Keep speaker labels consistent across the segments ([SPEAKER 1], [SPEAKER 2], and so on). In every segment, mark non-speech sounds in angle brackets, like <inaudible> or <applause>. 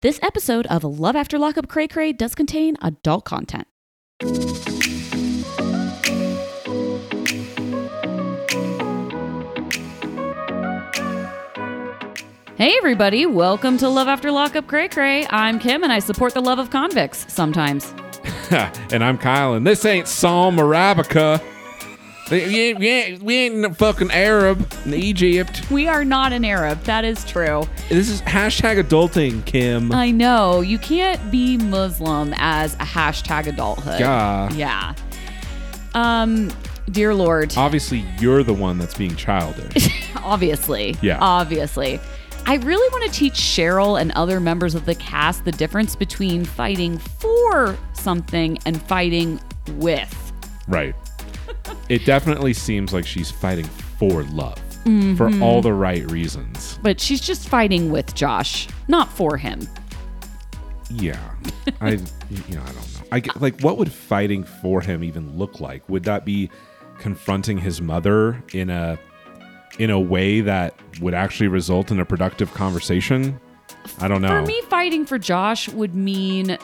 [SPEAKER 1] This episode of Love After Lockup Cray Cray does contain adult content. Hey, everybody, welcome to Love After Lockup Cray Cray. I'm Kim and I support the love of convicts sometimes.
[SPEAKER 2] and I'm Kyle, and this ain't Psalm Arabica. We ain't, we ain't, we ain't in the fucking Arab in Egypt.
[SPEAKER 1] We are not an Arab, that is true.
[SPEAKER 2] This is hashtag adulting, Kim.
[SPEAKER 1] I know, you can't be Muslim as a hashtag adulthood.
[SPEAKER 2] Yeah.
[SPEAKER 1] Yeah. Um, dear Lord.
[SPEAKER 2] Obviously, you're the one that's being <laughs> childish.
[SPEAKER 1] Obviously.
[SPEAKER 2] Yeah.
[SPEAKER 1] Obviously. I really want to teach Cheryl and other members of the cast the difference between fighting for something and fighting with.
[SPEAKER 2] right. It definitely seems like she's fighting for love for all the right reasons.
[SPEAKER 1] But she's just fighting with Josh, not for him.
[SPEAKER 2] Yeah. I, you know, I don't know. I get, like, what would fighting for him even look like? Would that be confronting his mother in a in a way that would actually result in a productive conversation? I don't know.
[SPEAKER 1] For me, fighting for Josh would mean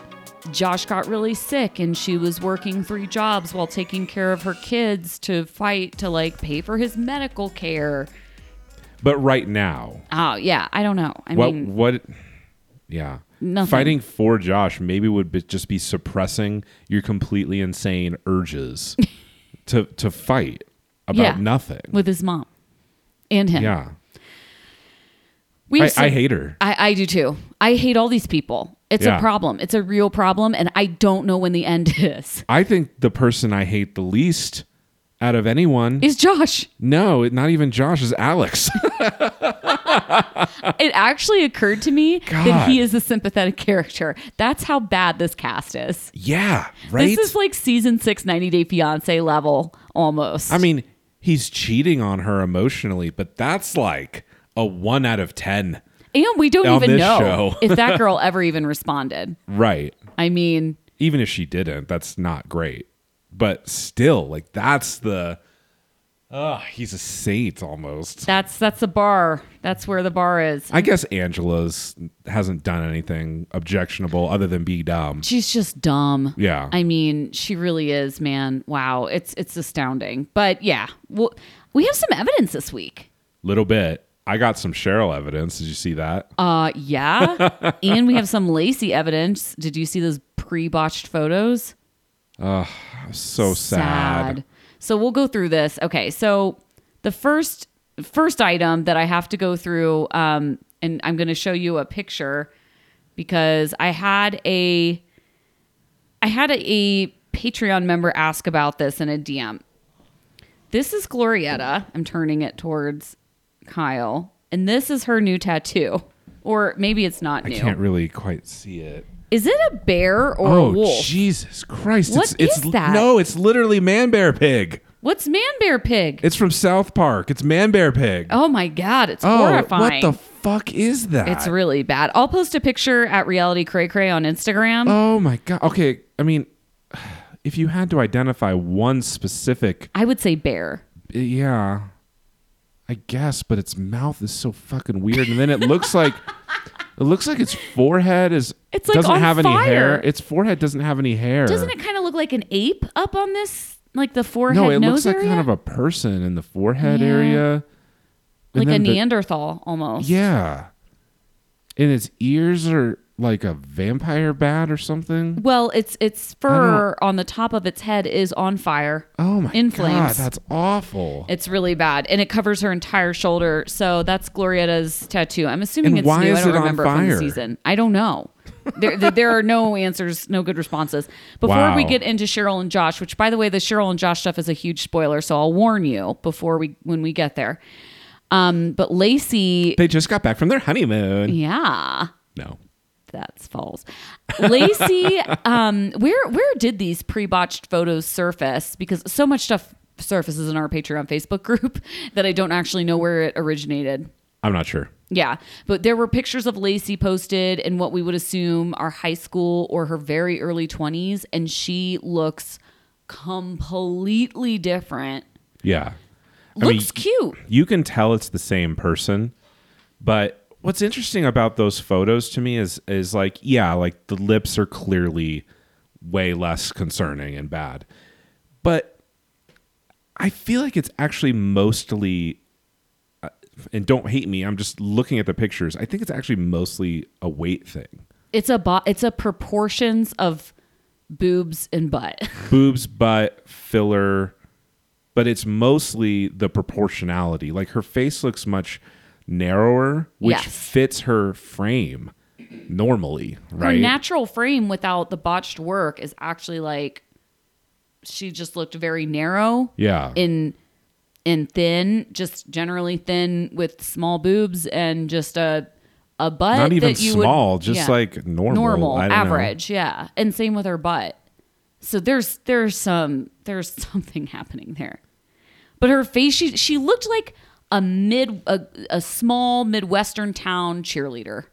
[SPEAKER 1] Josh got really sick and she was working three jobs while taking care of her kids to fight to like pay for his medical care.
[SPEAKER 2] But right now,
[SPEAKER 1] Oh, yeah. I don't know. I
[SPEAKER 2] what
[SPEAKER 1] mean,
[SPEAKER 2] what? Yeah,
[SPEAKER 1] Nothing.
[SPEAKER 2] fighting for Josh maybe would be, just be suppressing your completely insane
[SPEAKER 1] <laughs>
[SPEAKER 2] urges to to fight about
[SPEAKER 1] Yeah.
[SPEAKER 2] nothing.
[SPEAKER 1] with his mom and him.
[SPEAKER 2] yeah,
[SPEAKER 1] We
[SPEAKER 2] I,
[SPEAKER 1] have some-
[SPEAKER 2] I hate her.
[SPEAKER 1] I, I do too. I hate all these people. It's
[SPEAKER 2] Yeah.
[SPEAKER 1] a problem. It's a real problem, and I don't know when the end <laughs> is.
[SPEAKER 2] I think the person I hate the least out of anyone.
[SPEAKER 1] Is
[SPEAKER 2] <laughs>
[SPEAKER 1] Josh?
[SPEAKER 2] no, not even Josh is Alex. <laughs>
[SPEAKER 1] It actually occurred to me that
[SPEAKER 2] God.
[SPEAKER 1] he is a sympathetic character. That's how bad this cast is.
[SPEAKER 2] yeah, right.
[SPEAKER 1] This is like season six, 90 Day Fiance level almost.
[SPEAKER 2] I mean, he's cheating on her emotionally, but that's like a one out of ten.
[SPEAKER 1] and we don't
[SPEAKER 2] on
[SPEAKER 1] even
[SPEAKER 2] this
[SPEAKER 1] know
[SPEAKER 2] show.
[SPEAKER 1] <laughs> if that
[SPEAKER 2] <laughs>
[SPEAKER 1] girl ever even responded.
[SPEAKER 2] Right.
[SPEAKER 1] I mean,
[SPEAKER 2] even if she didn't, that's not great. But still, like that's the uh he's a saint almost.
[SPEAKER 1] that's that's the bar. That's where the bar is.
[SPEAKER 2] I guess Angela's hasn't done anything objectionable other than be dumb.
[SPEAKER 1] She's just dumb.
[SPEAKER 2] Yeah.
[SPEAKER 1] I mean, she really is, man. Wow, it's it's astounding. But yeah, well, we have some evidence this week.
[SPEAKER 2] Little bit. I got some Cheryl evidence. Did you see that?
[SPEAKER 1] Uh, yeah, and we have some Lacey evidence. Did you see those pre-botched photos?
[SPEAKER 2] so sad.
[SPEAKER 1] So we'll go through this. Okay, so the first first item that I have to go through, um, and I'm going to show you a picture because I had a I had a, a Patreon member ask about this in a DM. This is Glorietta. I'm turning it towards Kyle, and this is her new tattoo, or maybe it's not new.
[SPEAKER 2] Can't really quite see it.
[SPEAKER 1] Is it a bear or a
[SPEAKER 2] oh
[SPEAKER 1] wolf?
[SPEAKER 2] Jesus Christ.
[SPEAKER 1] What
[SPEAKER 2] it's it's
[SPEAKER 1] is that?
[SPEAKER 2] no, it's literally Man Bear Pig.
[SPEAKER 1] What's man bear pig?
[SPEAKER 2] It's from South Park. It's Man Bear Pig.
[SPEAKER 1] Oh my god, it's
[SPEAKER 2] Oh,
[SPEAKER 1] horrifying.
[SPEAKER 2] what the fuck is that?
[SPEAKER 1] it's really bad. I'll post a picture at Reality Cray Cray on Instagram.
[SPEAKER 2] Oh my god. Okay, I mean, <sighs> if you had to identify one specific,
[SPEAKER 1] I would say bear.
[SPEAKER 2] yeah, I guess, but its mouth is so fucking weird, and then it
[SPEAKER 1] <laughs>
[SPEAKER 2] looks like it looks like its forehead is
[SPEAKER 1] It's, like,
[SPEAKER 2] doesn't
[SPEAKER 1] on
[SPEAKER 2] have any
[SPEAKER 1] fire.
[SPEAKER 2] hair. Its forehead doesn't have any hair.
[SPEAKER 1] Doesn't it kind of look like an ape up on this, like the forehead
[SPEAKER 2] no, it
[SPEAKER 1] nose
[SPEAKER 2] looks like
[SPEAKER 1] area?
[SPEAKER 2] kind of a person in the forehead
[SPEAKER 1] Yeah.
[SPEAKER 2] area. And
[SPEAKER 1] like a
[SPEAKER 2] then the-
[SPEAKER 1] Neanderthal almost.
[SPEAKER 2] Yeah, and its ears are like a vampire bat or something.
[SPEAKER 1] Well, its its fur on the top of its head is on fire.
[SPEAKER 2] Oh my
[SPEAKER 1] In
[SPEAKER 2] god,
[SPEAKER 1] flames.
[SPEAKER 2] that's awful.
[SPEAKER 1] It's really bad, and it covers her entire shoulder. So that's Glorietta's tattoo. I'm assuming
[SPEAKER 2] And
[SPEAKER 1] it's
[SPEAKER 2] why
[SPEAKER 1] new. I
[SPEAKER 2] is
[SPEAKER 1] don't
[SPEAKER 2] it on
[SPEAKER 1] remember from the
[SPEAKER 2] fire?
[SPEAKER 1] season. I don't know. there, there, there are no answers, no good responses. Before
[SPEAKER 2] Wow.
[SPEAKER 1] we get into Cheryl and Josh, which by the way, the Cheryl and Josh stuff is a huge spoiler, so I'll warn you before we when we get there. Um, but Lacey,
[SPEAKER 2] they just got back from their honeymoon.
[SPEAKER 1] yeah,
[SPEAKER 2] No.
[SPEAKER 1] that's false.
[SPEAKER 2] <laughs>
[SPEAKER 1] Lacey, um, where where did these pre botched photos surface? Because so much stuff surfaces in our Patreon Facebook group <laughs> that I don't actually know where it originated.
[SPEAKER 2] I'm not sure.
[SPEAKER 1] Yeah, but there were pictures of Lacey posted in what we would assume are high school or her very early 20s, and she looks completely different.
[SPEAKER 2] Yeah. I mean,
[SPEAKER 1] Looks cute.
[SPEAKER 2] you can tell it's the same person, but what's interesting about those photos to me is is like yeah like the lips are clearly way less concerning and bad but i feel like it's actually mostly uh, and don't hate me i'm just looking at the pictures i think it's actually mostly a weight thing
[SPEAKER 1] It's a bo- it's a proportions of boobs and butt. <laughs>
[SPEAKER 2] boobs butt filler but it's mostly the proportionality like her face looks much narrower which
[SPEAKER 1] Yes.
[SPEAKER 2] fits her frame normally right
[SPEAKER 1] Her natural frame without the botched work is actually like she just looked very narrow
[SPEAKER 2] yeah
[SPEAKER 1] in in thin, just generally thin with small boobs and just a a butt.
[SPEAKER 2] not even
[SPEAKER 1] that you
[SPEAKER 2] small,
[SPEAKER 1] would,
[SPEAKER 2] just
[SPEAKER 1] yeah.
[SPEAKER 2] like normal,
[SPEAKER 1] normal,
[SPEAKER 2] I don't know.
[SPEAKER 1] average, yeah. And same with her butt. So there's there's some there's <laughs> something happening there. But her face, she she looked like a mid a, a small midwestern town cheerleader.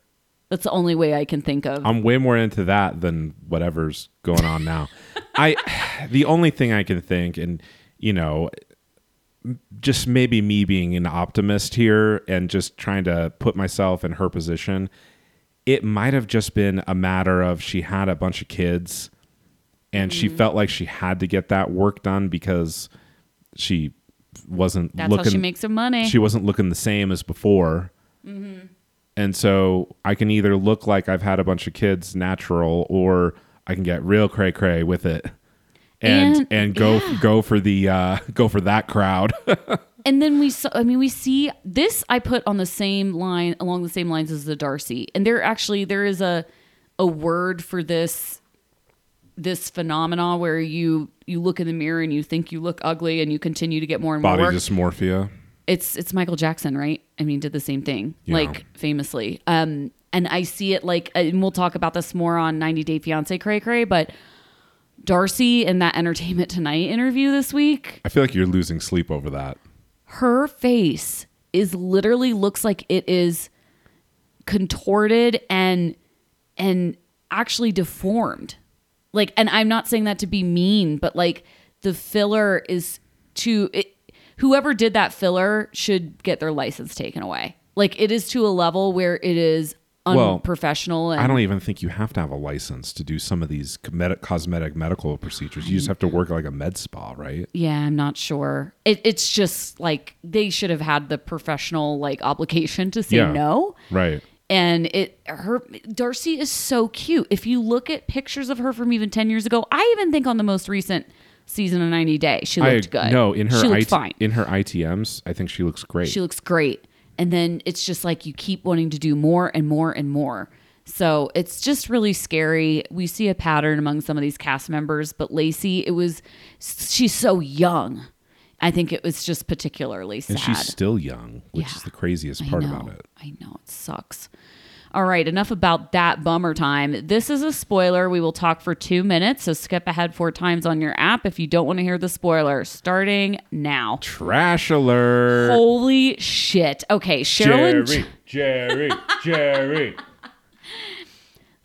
[SPEAKER 1] That's the only way I can think of.
[SPEAKER 2] I'm way more into that than whatever's going on now. I, <sighs> the only thing I can think, and you know, just maybe me being an optimist here and just trying to put myself in her position, it might have just been a matter of she had a bunch of kids and
[SPEAKER 1] Mm-hmm.
[SPEAKER 2] she felt like she had to get that work done because she wasn't
[SPEAKER 1] That's
[SPEAKER 2] looking
[SPEAKER 1] how she makes her money.
[SPEAKER 2] she wasn't looking the same as before.
[SPEAKER 1] Mm-hmm.
[SPEAKER 2] And so I can either look like I've had a bunch of kids natural, or I can get real cray cray with it, and and,
[SPEAKER 1] And-
[SPEAKER 2] go
[SPEAKER 1] yeah.
[SPEAKER 2] go for the uh, go for
[SPEAKER 1] <laughs>
[SPEAKER 2] that crowd.
[SPEAKER 1] and then we saw i mean we see this i put on the same line along the same lines as the darcy and there actually there is a a word for this this phenomena where you you look in the mirror and you think you look ugly and you continue to get more and more
[SPEAKER 2] Body
[SPEAKER 1] work
[SPEAKER 2] dysmorphia.
[SPEAKER 1] it's it's Michael Jackson, right? I mean, did the same thing,
[SPEAKER 2] Yeah.
[SPEAKER 1] like famously. Um, and I see it like, uh, and we'll talk about this more on 90 Day Fiance Cray Cray, but Darcy in that Entertainment Tonight interview this week,
[SPEAKER 2] I feel like you're losing sleep over that.
[SPEAKER 1] her face is literally looks like it is contorted and and actually deformed. Like, and I'm not saying that to be mean, but like the filler is to it, whoever did that filler should get their license taken away. Like, it is to a level where it is
[SPEAKER 2] Well,
[SPEAKER 1] unprofessional. and
[SPEAKER 2] I don't even think you have to have a license to do some of these cosmetic, cosmetic medical procedures. You just have to work like a med spa, right?
[SPEAKER 1] yeah, I'm not sure. It, it's just like they should have had the professional like obligation to say
[SPEAKER 2] Yeah.
[SPEAKER 1] no.
[SPEAKER 2] Right.
[SPEAKER 1] and it her Darcy is so cute. If you look at pictures of her from even 10 years ago, I even think on the most recent season of 90 Day, she looked
[SPEAKER 2] I
[SPEAKER 1] good.
[SPEAKER 2] no in her
[SPEAKER 1] she looked
[SPEAKER 2] IT
[SPEAKER 1] fine.
[SPEAKER 2] in her ITMs. I think she looks great.
[SPEAKER 1] she looks great. And then it's just like you keep wanting to do more and more and more. So it's just really scary. We see a pattern among some of these cast members, but Lacey, it was she's so young. I think it was just particularly sad.
[SPEAKER 2] And she's still young, which
[SPEAKER 1] Yeah.
[SPEAKER 2] is the craziest
[SPEAKER 1] I
[SPEAKER 2] part
[SPEAKER 1] know.
[SPEAKER 2] about it.
[SPEAKER 1] I know it sucks. All right, enough about that bummer time. This is a spoiler. We will talk for two minutes, so skip ahead four times on your app if you don't want to hear the spoiler. Starting now.
[SPEAKER 2] Trash alert.
[SPEAKER 1] Holy shit! Okay, Cheryl and
[SPEAKER 2] Jerry,
[SPEAKER 1] <laughs>
[SPEAKER 2] Jerry, Jerry.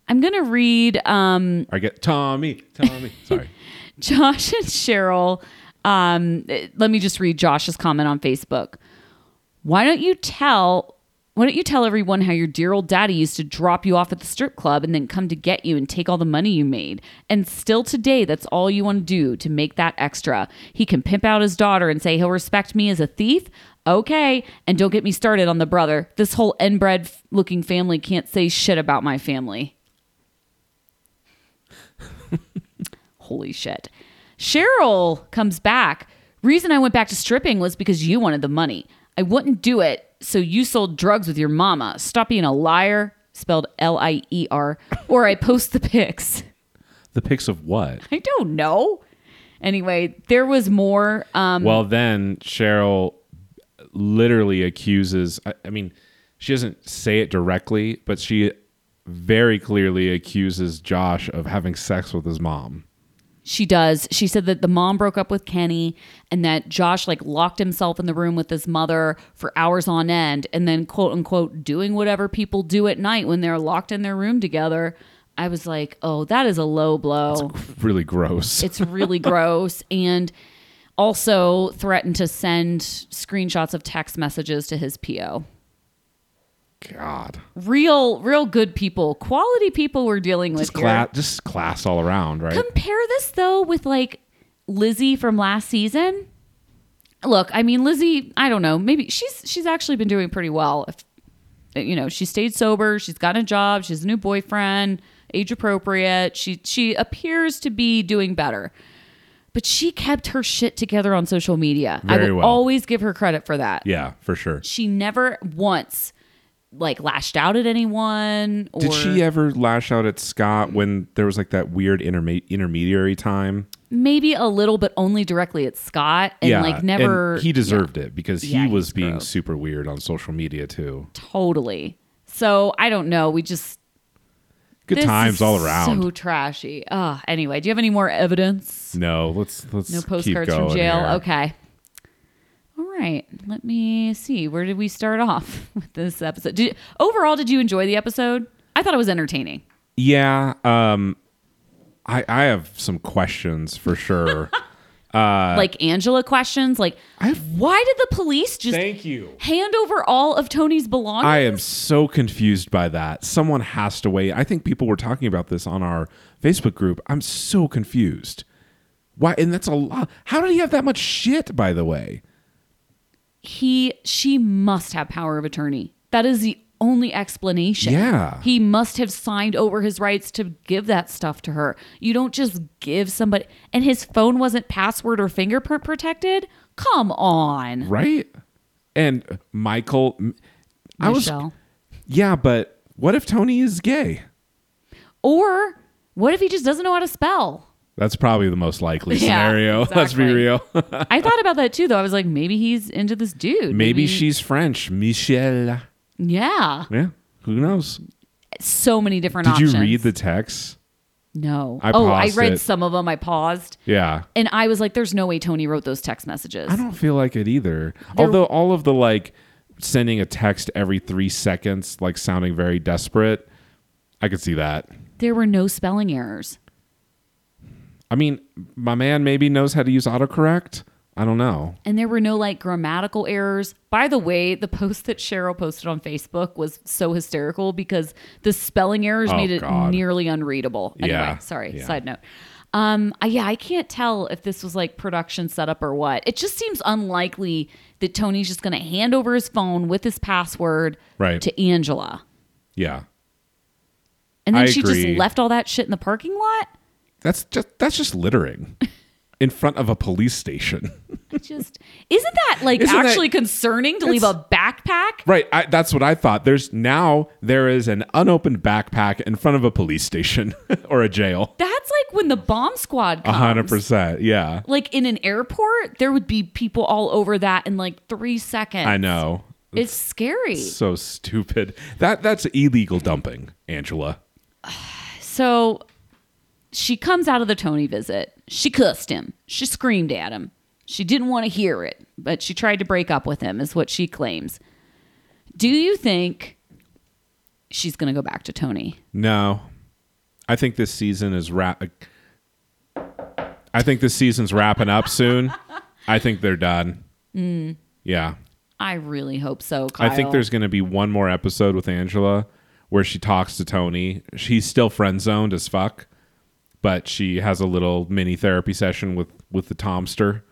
[SPEAKER 1] I'm gonna read um,
[SPEAKER 2] I get Tommy, Tommy.
[SPEAKER 1] <laughs>
[SPEAKER 2] Sorry.
[SPEAKER 1] Josh and Cheryl. Um, eh, let me just read Josh's comment on Facebook. Why don't you tell? Why don't you tell everyone how your dear old daddy used to drop you off at the strip club and then come to get you and take all the money you made? And still today, that's all you want to do to make that extra. He can pimp out his daughter and say he'll respect me as a thief. Okay. And don't get me started on the brother. This whole inbred f- looking family can't say shit about my family. Holy shit. Cheryl comes back. Reason I went back to stripping was because you wanted the money. I wouldn't do it, so you sold drugs with your mama. Stop being a liar, spelled L I E R, or I post the <laughs> pics.
[SPEAKER 2] The pics of what?
[SPEAKER 1] I don't know. Anyway, there was more. Um,
[SPEAKER 2] Well, then Cheryl literally accuses. I, I mean, she doesn't say it directly, but she very clearly accuses Josh of having sex with his mom. <laughs>
[SPEAKER 1] She does. She said that the mom broke up with Kenny and that Josh like locked himself in the room with his mother for hours on end and then quote unquote doing whatever people do at night when they're locked in their room together. I was like, "Oh, that is a low blow.
[SPEAKER 2] Really gross.
[SPEAKER 1] It's really gross." And also threatened to send screenshots of text messages to his PO.
[SPEAKER 2] God.
[SPEAKER 1] Real, real good people, quality people we're dealing with.
[SPEAKER 2] Just
[SPEAKER 1] here.
[SPEAKER 2] class, just class all around, right?
[SPEAKER 1] Compare this though with like Lizzie from last season. Look, I mean Lizzie, I don't know, maybe she's she's actually been doing pretty well. If you know, she stayed sober, she's got a job, she's a new boyfriend, age appropriate. She she appears to be doing better. But she kept her shit together on social media. I
[SPEAKER 2] Very
[SPEAKER 1] will
[SPEAKER 2] well.
[SPEAKER 1] always give her credit for that.
[SPEAKER 2] yeah, for sure.
[SPEAKER 1] She never once like lashed out at anyone or
[SPEAKER 2] Did she uh, ever lash out at Scott when there was like that weird interma- intermediary time?
[SPEAKER 1] maybe a little but only directly at Scott and like
[SPEAKER 2] and
[SPEAKER 1] never
[SPEAKER 2] he deserved it because he
[SPEAKER 1] Yeah, he
[SPEAKER 2] was
[SPEAKER 1] was
[SPEAKER 2] being
[SPEAKER 1] gross.
[SPEAKER 2] super weird on social media too.
[SPEAKER 1] totally. So I don't know. We just
[SPEAKER 2] Good
[SPEAKER 1] this
[SPEAKER 2] times
[SPEAKER 1] is
[SPEAKER 2] all around.
[SPEAKER 1] So trashy. Ah, anyway, do you have any more evidence?
[SPEAKER 2] no, let's let's
[SPEAKER 1] No
[SPEAKER 2] keep
[SPEAKER 1] postcards from
[SPEAKER 2] going
[SPEAKER 1] jail.
[SPEAKER 2] here.
[SPEAKER 1] Okay. All right. Let me see. Where did we start <laughs> off with this episode? Did, overall, did you enjoy the episode? I thought it was entertaining.
[SPEAKER 2] Yeah, um, I I have some questions for <laughs> sure. Uh,
[SPEAKER 1] like Angela questions, like
[SPEAKER 2] I've-
[SPEAKER 1] why did the police just
[SPEAKER 2] you.
[SPEAKER 1] hand over all of Tony's belongings?
[SPEAKER 2] I am so confused by that. Someone has to wait. I think people were talking about this on our Facebook group. I'm so confused. Why? And that's a lot. How did he have that much shit? By the way,
[SPEAKER 1] he she must have power of attorney. That is the only explanation.
[SPEAKER 2] Yeah.
[SPEAKER 1] He must have signed over his rights to give that stuff to her. You don't just give somebody and his phone wasn't password or fingerprint protected? Come on.
[SPEAKER 2] right? And Michael, m- I was.
[SPEAKER 1] Michelle.
[SPEAKER 2] Yeah, but what if Tony is gay?
[SPEAKER 1] Or what if he just doesn't know how to spell?
[SPEAKER 2] That's probably the most
[SPEAKER 1] <laughs>
[SPEAKER 2] likely
[SPEAKER 1] Yeah,
[SPEAKER 2] scenario. <laughs> Let's be
[SPEAKER 1] exactly.
[SPEAKER 2] real.
[SPEAKER 1] I thought about that too though. I was like maybe he's into this dude.
[SPEAKER 2] Maybe she's French, Michelle.
[SPEAKER 1] Yeah.
[SPEAKER 2] Yeah, who knows?
[SPEAKER 1] So many different
[SPEAKER 2] Did
[SPEAKER 1] options.
[SPEAKER 2] you read the text?
[SPEAKER 1] No.
[SPEAKER 2] I
[SPEAKER 1] oh, I
[SPEAKER 2] paused
[SPEAKER 1] read
[SPEAKER 2] it.
[SPEAKER 1] some of them. I paused.
[SPEAKER 2] Yeah.
[SPEAKER 1] And I was like, there's no way Tony wrote those text messages.
[SPEAKER 2] I don't feel like it either. Although all of the like sending a text every three seconds, like sounding very desperate, I could see that.
[SPEAKER 1] there were no spelling errors.
[SPEAKER 2] I mean, my man maybe knows how to use autocorrect. I don't know.
[SPEAKER 1] And there were no like grammatical errors. By the way, the post that Cheryl posted on Facebook was so hysterical because the spelling errors
[SPEAKER 2] Oh,
[SPEAKER 1] made it
[SPEAKER 2] God.
[SPEAKER 1] nearly unreadable. Anyway,
[SPEAKER 2] Yeah,
[SPEAKER 1] sorry,
[SPEAKER 2] yeah.
[SPEAKER 1] side note. Um, I- yeah, I can't tell if this was like production setup or what. It just seems unlikely that Tony's just going to hand over his phone with his password
[SPEAKER 2] Right.
[SPEAKER 1] to Angela.
[SPEAKER 2] Yeah.
[SPEAKER 1] And then
[SPEAKER 2] I
[SPEAKER 1] she
[SPEAKER 2] agree.
[SPEAKER 1] just left all that shit in the parking
[SPEAKER 2] <laughs>
[SPEAKER 1] lot.
[SPEAKER 2] That's just that's just littering in front of a police station.
[SPEAKER 1] I Just isn't that like
[SPEAKER 2] Isn't that-
[SPEAKER 1] actually concerning to leave
[SPEAKER 2] It's-
[SPEAKER 1] a backpack?
[SPEAKER 2] right. I, that's what I thought. There's now there is an unopened backpack in front of a police station <laughs> or a jail.
[SPEAKER 1] That's like when the bomb squad
[SPEAKER 2] A
[SPEAKER 1] comes.
[SPEAKER 2] hundred percent. Yeah.
[SPEAKER 1] Like in an airport, there would be people all over that in like three seconds.
[SPEAKER 2] I know.
[SPEAKER 1] It's scary.
[SPEAKER 2] So stupid. That that's illegal dumping, Angela.
[SPEAKER 1] So she comes out of the Tony visit. She cussed him. She screamed at him. She didn't want to hear it, but she tried to break up with him, is what she claims. Do you think she's going to go back to Tony?
[SPEAKER 2] No. I think this season is wrap I think this season's wrapping up soon. I think they're done. Yeah.
[SPEAKER 1] I really hope so, Mm. Kyle.
[SPEAKER 2] I think there's going to be one more episode with Angela where she talks to Tony. She's still friend zoned as fuck, but she has a little mini therapy session with with the Tomster,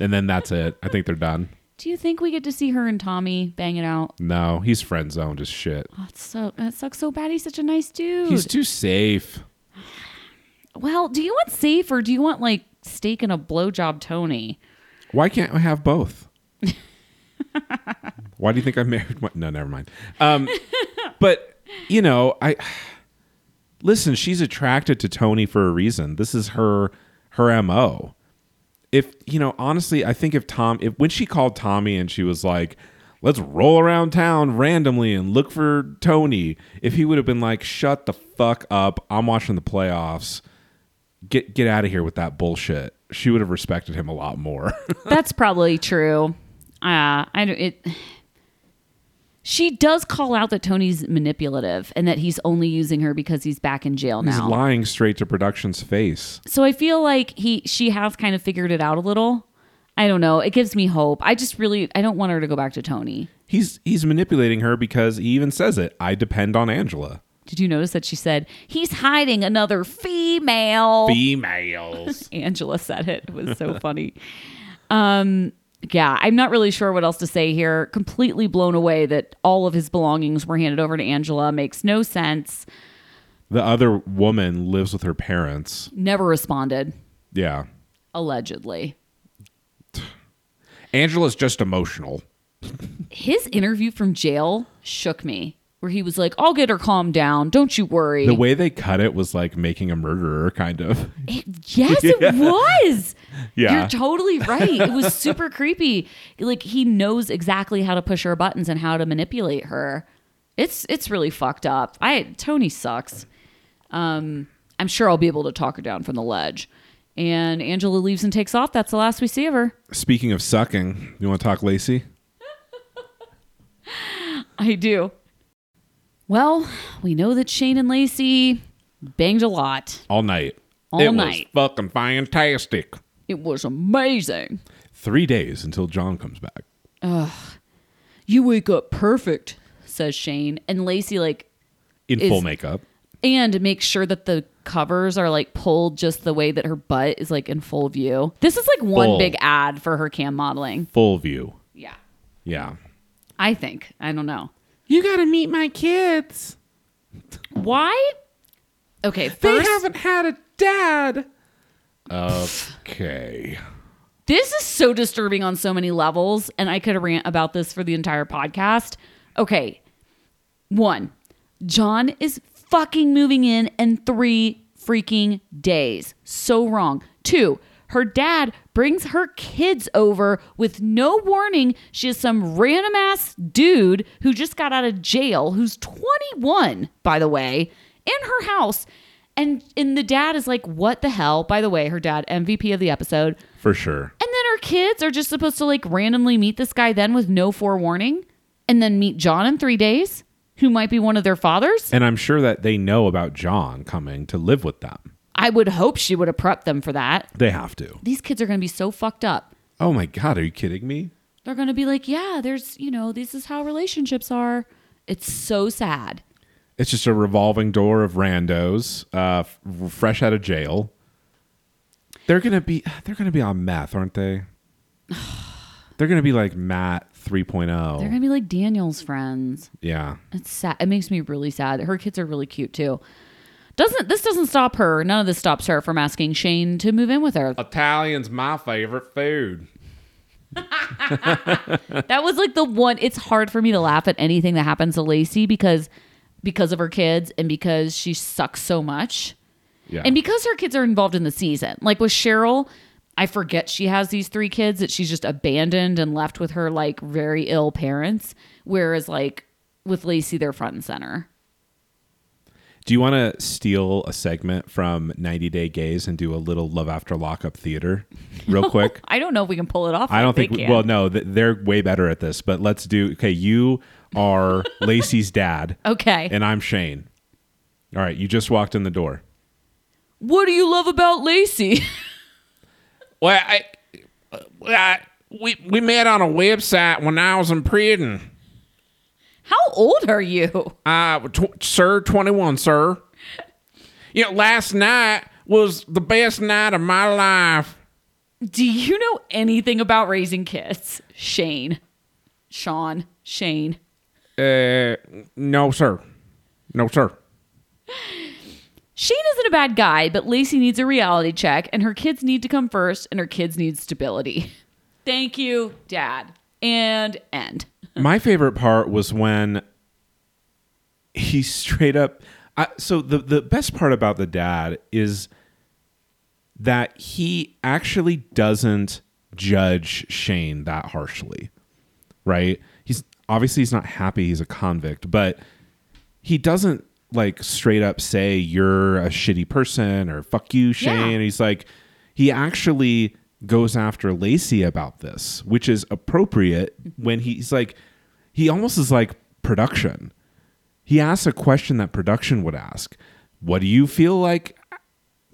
[SPEAKER 2] and then that's it. I think they're done.
[SPEAKER 1] Do you think we get to see her and Tommy bang it out?
[SPEAKER 2] No, he's friend zoned as shit.
[SPEAKER 1] Oh, it's so that sucks so bad. He's such a nice dude.
[SPEAKER 2] He's too safe.
[SPEAKER 1] well, do you want safe or do you want like steak and a blowjob, Tony?
[SPEAKER 2] Why can't I have both? <laughs> Why do you think I married one? No, never mind. Um, <laughs> but you know, I listen. She's attracted to Tony for a reason. This is her her mo. If you know, honestly, I think if Tom, if when she called Tommy and she was like, "Let's roll around town randomly and look for Tony," if he would have been like, "Shut the fuck up! I'm watching the playoffs. Get get out of here with that bullshit." She would have respected him a lot more. <laughs>
[SPEAKER 1] That's probably true. Uh, I don't- it. She does call out that Tony's manipulative and that he's only using her because he's back in jail
[SPEAKER 2] He's
[SPEAKER 1] now.
[SPEAKER 2] lying straight to production's face.
[SPEAKER 1] so I feel like he she has kind of figured it out a little. I don't know. It gives me hope. I just really I don't want her to go back to Tony.
[SPEAKER 2] He's he's manipulating her because he even says it. I depend on Angela.
[SPEAKER 1] Did you notice that she said he's hiding another female?
[SPEAKER 2] Females.
[SPEAKER 1] Angela said it. It was so funny. Um yeah, I'm not really sure what else to say here. Completely blown away that all of his belongings were handed over to Angela makes no sense.
[SPEAKER 2] <laughs> the other woman lives with her parents.
[SPEAKER 1] Never responded,
[SPEAKER 2] Yeah.
[SPEAKER 1] allegedly.
[SPEAKER 2] Angela's just emotional.
[SPEAKER 1] His interview from jail shook me, where he was like, I'll get her calmed down. Don't you worry.
[SPEAKER 2] The way they cut it was like making a murderer, kind of.
[SPEAKER 1] It- yes, it was.
[SPEAKER 2] Yeah.
[SPEAKER 1] You're totally right. It was super creepy. Like he knows exactly how to push her buttons and how to manipulate her. It's it's really fucked up. I Tony sucks. Um I'm sure I'll be able to talk her down from the ledge. And Angela leaves and takes off. That's the last we see of her.
[SPEAKER 2] Speaking of sucking, you want to talk Lacey?
[SPEAKER 1] I do. Well, we know that Shane and Lacey banged a lot.
[SPEAKER 2] All night.
[SPEAKER 1] All
[SPEAKER 2] it
[SPEAKER 1] night.
[SPEAKER 2] was fucking fantastic.
[SPEAKER 1] It was amazing.
[SPEAKER 2] Three days until John comes back.
[SPEAKER 1] You wake up perfect, says Shane. And Lacey like
[SPEAKER 2] In
[SPEAKER 1] Is-
[SPEAKER 2] full makeup.
[SPEAKER 1] and make sure that the covers are like pulled just the way that her butt is like in full view. This is like one
[SPEAKER 2] Full.
[SPEAKER 1] big ad for her cam modeling.
[SPEAKER 2] Full view.
[SPEAKER 1] Yeah.
[SPEAKER 2] Yeah.
[SPEAKER 1] I think. I don't know.
[SPEAKER 2] You gotta meet my kids.
[SPEAKER 1] Why? Okay, first
[SPEAKER 2] had a dad. Okay.
[SPEAKER 1] this is so disturbing on so many levels and I could rant about this for the entire podcast. Okay. One, John is fucking moving in in three freaking days. So wrong. Two, her dad brings her kids over with no warning. She has some random ass dude who just got out of jail, who's 21, by the way, in her house. And and the dad is like, what the hell? By the way, her dad, MVP of the episode.
[SPEAKER 2] For sure.
[SPEAKER 1] And then her kids are just supposed to like randomly meet this guy then with no forewarning and then meet John in three days, who might be one of their fathers.
[SPEAKER 2] And I'm sure that they know about John coming to live with them.
[SPEAKER 1] I would hope she would have prepped them for that.
[SPEAKER 2] They have to.
[SPEAKER 1] These kids are going to be so fucked up.
[SPEAKER 2] Oh my God, are you kidding me?
[SPEAKER 1] They're going to be like, yeah, there's, you know, this is how relationships are. It's so sad.
[SPEAKER 2] It's just a revolving door of randos, uh, f- fresh out of jail. They're gonna be they're gonna be on meth, aren't they? <sighs> they're gonna be like Matt 3.0.
[SPEAKER 1] They're going to be like Daniel's friends.
[SPEAKER 2] yeah,
[SPEAKER 1] It's sad. It makes me really sad. Her kids are really cute too. Doesn't this doesn't stop her? None of this stops her from asking Shane to move in with her.
[SPEAKER 2] Italian's my favorite food.
[SPEAKER 1] That was like the one. It's hard for me to laugh at anything that happens to Lacey because because of her kids and because she sucks so much.
[SPEAKER 2] Yeah,
[SPEAKER 1] And because her kids are involved in the season, like with Cheryl, I forget she has these three kids that she's just abandoned and left with her like very ill parents. Whereas like with Lacey, they're front and center.
[SPEAKER 2] do you want to steal a segment from 90 Day Gaze and do a little Love After Lockup theater, real
[SPEAKER 1] <laughs>
[SPEAKER 2] quick?
[SPEAKER 1] I don't know if we can pull it off.
[SPEAKER 2] I
[SPEAKER 1] like
[SPEAKER 2] don't
[SPEAKER 1] they
[SPEAKER 2] think. we-
[SPEAKER 1] can.
[SPEAKER 2] Well, no, th- they're way better at this. But let's do. Okay, you
[SPEAKER 1] <laughs>
[SPEAKER 2] are Lacey's dad,
[SPEAKER 1] okay.
[SPEAKER 2] and I'm Shane. All right, you just walked in the door.
[SPEAKER 1] what do you love about Lacey? <laughs>
[SPEAKER 2] Well, I, uh, I we we met on a website when I was in prison.
[SPEAKER 1] How old are you?
[SPEAKER 2] Uh, tw- sir, twenty
[SPEAKER 1] <laughs>
[SPEAKER 2] one, sir. You know, last night was the best night of my life.
[SPEAKER 1] Do you know anything about raising kids? Shane. Sean. Shane.
[SPEAKER 2] Uh, no, sir, no, sir.
[SPEAKER 1] Shane isn't a bad guy, but Lacey needs a reality check, and her kids need to come first, and her kids need stability. Thank you, Dad. And end.
[SPEAKER 2] My favorite part was when he straight up. I, so the the best part about the dad is that he actually doesn't judge Shane that harshly, right? He's obviously he's not happy he's a convict, but he doesn't like straight up say you're a shitty person or fuck you Shane.
[SPEAKER 1] Yeah.
[SPEAKER 2] He's like he actually goes after Lacey about this, which is appropriate when he's like he almost is like production. He asks a question that production would ask. What do you feel like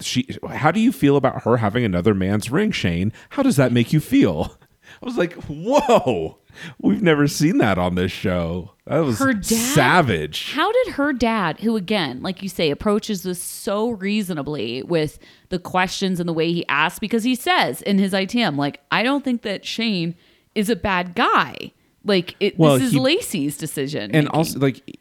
[SPEAKER 2] she how do you feel <laughs> about her having another man's ring, Shane? How does that make you feel? I was like, whoa, we've never seen that on this show. That was
[SPEAKER 1] Her dad-
[SPEAKER 2] savage.
[SPEAKER 1] How did her dad, who again, like you say, approaches this so reasonably with the questions and the way he asks, because he says in his ITM, like, I don't think that Shane is a bad guy. Like, it,
[SPEAKER 2] Well,
[SPEAKER 1] this is
[SPEAKER 2] he-
[SPEAKER 1] Lacey's decision.
[SPEAKER 2] And
[SPEAKER 1] making.
[SPEAKER 2] also, like,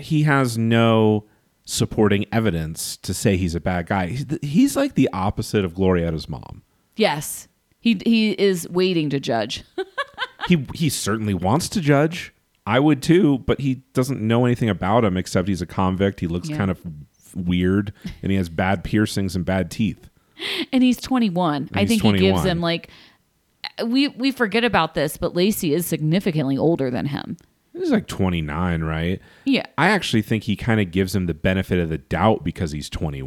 [SPEAKER 2] he has no supporting evidence to say he's a bad guy. He's, the- he's like the opposite of Glorietta's mom.
[SPEAKER 1] yes, he, he is waiting to judge. <laughs>
[SPEAKER 2] he he certainly wants to judge. I would too, but he doesn't know anything about him except he's a convict. He looks
[SPEAKER 1] Yeah.
[SPEAKER 2] kind of weird, and he has bad piercings and bad teeth.
[SPEAKER 1] and he's 21. I
[SPEAKER 2] he's
[SPEAKER 1] think he gives
[SPEAKER 2] 21.
[SPEAKER 1] him like we we forget about this, but Lacey is significantly older than him.
[SPEAKER 2] He's like twenty nine, right?
[SPEAKER 1] Yeah.
[SPEAKER 2] I actually think he kind of gives him the benefit of the doubt because he's twenty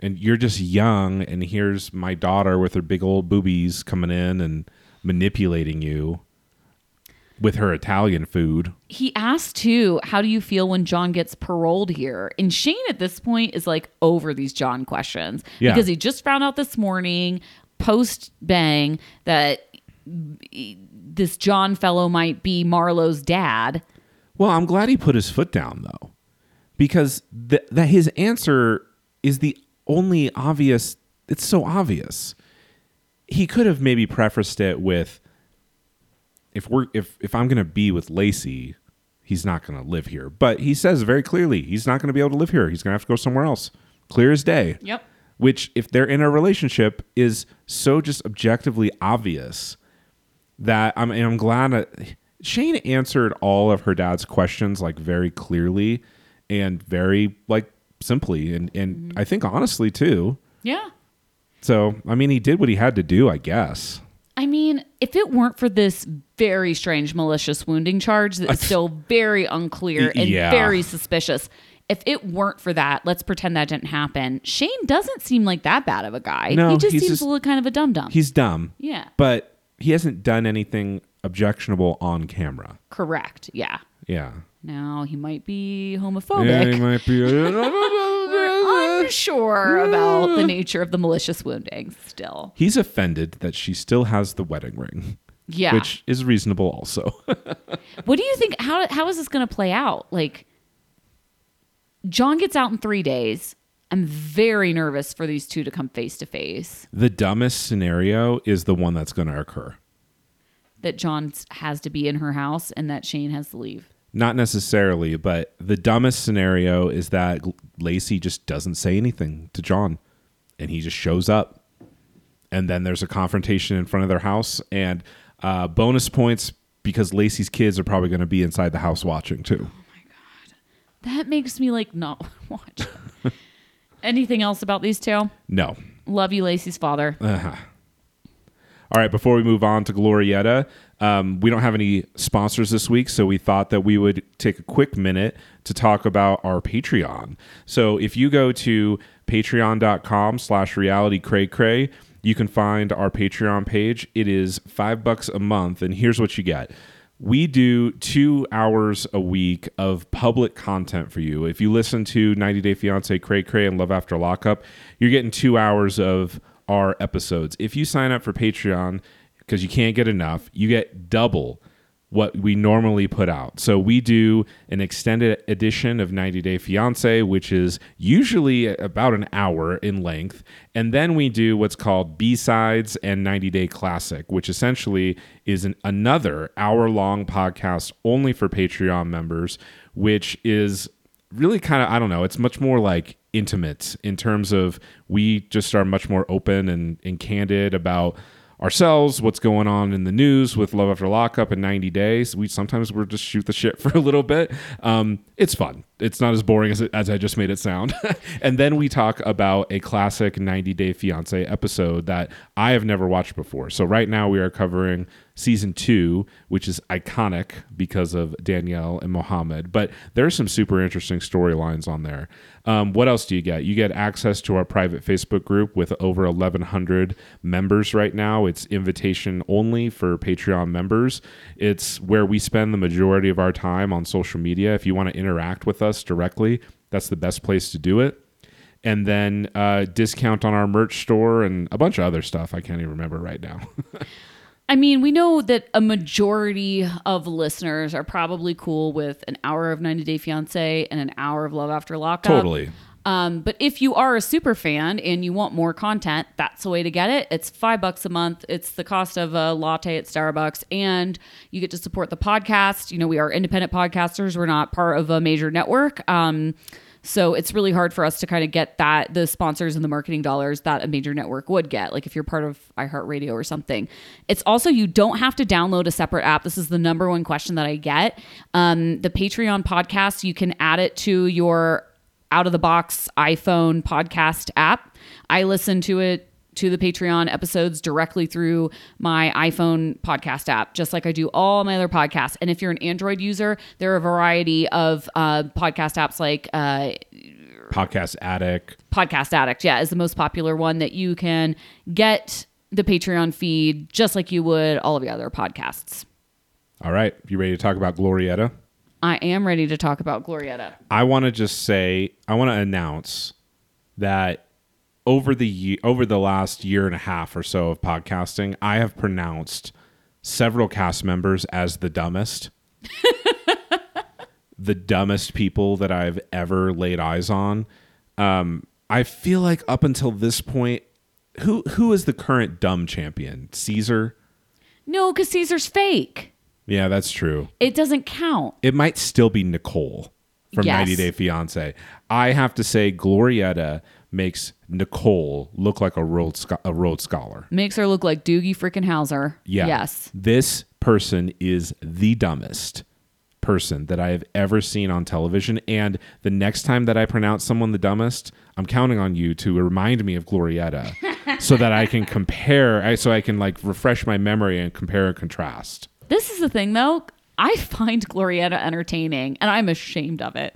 [SPEAKER 2] and you're just young. And here's my daughter with her big old boobies coming in and manipulating you with her Italian food.
[SPEAKER 1] He asks too, "How do you feel when John gets paroled here?" And Shane at this point is like over these John questions
[SPEAKER 2] Yeah.
[SPEAKER 1] because he just found out this morning post bang that this John fellow might be Marlowe's dad.
[SPEAKER 2] Well, I'm glad he put his foot down though, because th- that his answer is the only obvious. It's so obvious. He could have maybe prefaced it with, "If we're if if I'm going to be with Lacey, he's not going to live here." But he says very clearly he's not going to be able to live here. He's going to have to go somewhere else. Clear as day.
[SPEAKER 1] Yep.
[SPEAKER 2] Which, if they're in a relationship, is so just objectively obvious that I'm and I'm glad that Shane answered all of her dad's questions like very clearly and very like simply and and I think honestly too.
[SPEAKER 1] Yeah.
[SPEAKER 2] So I mean, he did what he had to do, I guess.
[SPEAKER 1] I mean, if it weren't for this very strange malicious wounding charge that's still very unclear
[SPEAKER 2] Y-
[SPEAKER 1] and
[SPEAKER 2] yeah.
[SPEAKER 1] very suspicious, if it weren't for that, let's pretend that didn't happen. Shane doesn't seem like that bad of a guy.
[SPEAKER 2] No,
[SPEAKER 1] he just
[SPEAKER 2] he's
[SPEAKER 1] seems
[SPEAKER 2] just-
[SPEAKER 1] a little kind of a dum dum.
[SPEAKER 2] He's dumb,
[SPEAKER 1] Yeah,
[SPEAKER 2] but he hasn't done anything objectionable on camera.
[SPEAKER 1] correct. Yeah.
[SPEAKER 2] Yeah.
[SPEAKER 1] Now he might be
[SPEAKER 2] Yeah,
[SPEAKER 1] homophobic.
[SPEAKER 2] he might be.
[SPEAKER 1] We're unsure about the nature of the malicious wounding still.
[SPEAKER 2] <laughs> He's offended that she still has the wedding ring,
[SPEAKER 1] Yeah.
[SPEAKER 2] which is reasonable also. <laughs>
[SPEAKER 1] What do you think? How how is this going to play out? Like, John gets out in three days. I'm very nervous for these two to come face to face.
[SPEAKER 2] the dumbest scenario is the one that's going to occur.
[SPEAKER 1] That John has to be in her house and that Shane has to leave.
[SPEAKER 2] Not necessarily, but the dumbest scenario is that Lacey just doesn't say anything to John and he just shows up. And then there's a confrontation in front of their house and uh, bonus points because Lacey's kids are probably going to be inside the house watching too.
[SPEAKER 1] That makes me like not <laughs> watch. it. Anything else about these two?
[SPEAKER 2] No.
[SPEAKER 1] Love you, Lacey's father.
[SPEAKER 2] Uh-huh. All right, before we move on to Glorietta, um, we don't have any sponsors this week, so we thought that we would take a quick minute to talk about our Patreon. So if you go to patreon.com slash reality cray cray, you can find our Patreon page. It is five bucks a month, and here's what you get. We do two hours a week of public content for you. If you listen to 90 Day Fiance, Cray Cray, and Love After Lockup, you're getting two hours of our episodes. If you sign up for Patreon, because you can't get enough, you get double what we normally put out. So we do an extended edition of 90 Day Fiance, which is usually about an hour in length. And then we do what's called B Sides and 90 Day Classic, which essentially is an, another hour long podcast only for Patreon members, which is really kind of I don't know. It's much more like intimate in terms of we just are much more open and, and candid about ourselves, what's going on in the news with Love After Lockup in 90 Days. We sometimes we're just shoot the shit <laughs> for a little bit. Um, it's fun. It's not as boring as, it, as I just made it sound. <laughs> and then we talk about a classic 90 Day Fiance episode that I have never watched before. So right now we are covering season two, which is iconic because of Danielle and Mohammed. But there are some super interesting storylines on there. Um, what else do you get? You get access to our private Facebook group with over 1,100 members right now. It's invitation only for Patreon members. It's where we spend the majority of our time on social media. If you want to interact with us directly, that's the best place to do it and then <laughs> uh, discount on our merch store and a bunch of other stuff I can't even remember right now.
[SPEAKER 1] I mean, we know that a majority of listeners are probably cool with an hour of 90 Day Fiance and an hour of Love After Lockup.
[SPEAKER 2] Totally.
[SPEAKER 1] Um, but if you are a super fan and you want more content, that's the way to get it. It's five bucks a month. It's the cost of a latte at Starbucks, and you get to support the podcast. You know, we are independent podcasters. We're not part of a major network. Um, so it's really hard for us to kind of get that the sponsors and the marketing dollars that a major network would get, like if you're part of iHeartRadio or something. It's also you don't have to download a separate app. This is the number one question that I get. Um, the Patreon podcast, you can add it to your out of the box iPhone podcast app. I listen to it to the Patreon episodes directly through my iPhone podcast app, just like I do all my other podcasts. And if you're an Android user, there are a variety of uh, podcast apps like uh,
[SPEAKER 2] Podcast Attic.
[SPEAKER 1] Podcast Addict, yeah, is the most popular one that you can get the Patreon feed just like you would all of your other podcasts.
[SPEAKER 2] All right. You ready to talk about Glorietta?
[SPEAKER 1] I am ready to talk about Glorietta.
[SPEAKER 2] I want to just say I want to announce that over the ye- over the last year and a half or so of podcasting, I have pronounced several cast members as the dumbest, <laughs> the dumbest people that I've ever laid eyes on. Um, I feel like up until this point, who who is the current dumb champion? Caesar.
[SPEAKER 1] No, because Caesar's fake.
[SPEAKER 2] Yeah, that's true.
[SPEAKER 1] It doesn't count.
[SPEAKER 2] It might still be Nicole from
[SPEAKER 1] Yes.
[SPEAKER 2] 90 Day Fiance. I have to say, Glorietta makes Nicole look like a Rhodes, scho- a Rhodes Scholar.
[SPEAKER 1] Makes her look like Doogie freaking Hauser.
[SPEAKER 2] Yeah.
[SPEAKER 1] Yes.
[SPEAKER 2] This person is the dumbest person that I have ever seen on television. And the next time that I pronounce someone the dumbest, I'm counting on you to remind me of
[SPEAKER 1] <laughs>
[SPEAKER 2] Glorietta so that I can compare, I- so I can like refresh my memory and compare and contrast.
[SPEAKER 1] This is the thing, though. I find Glorietta entertaining, and I'm ashamed of it.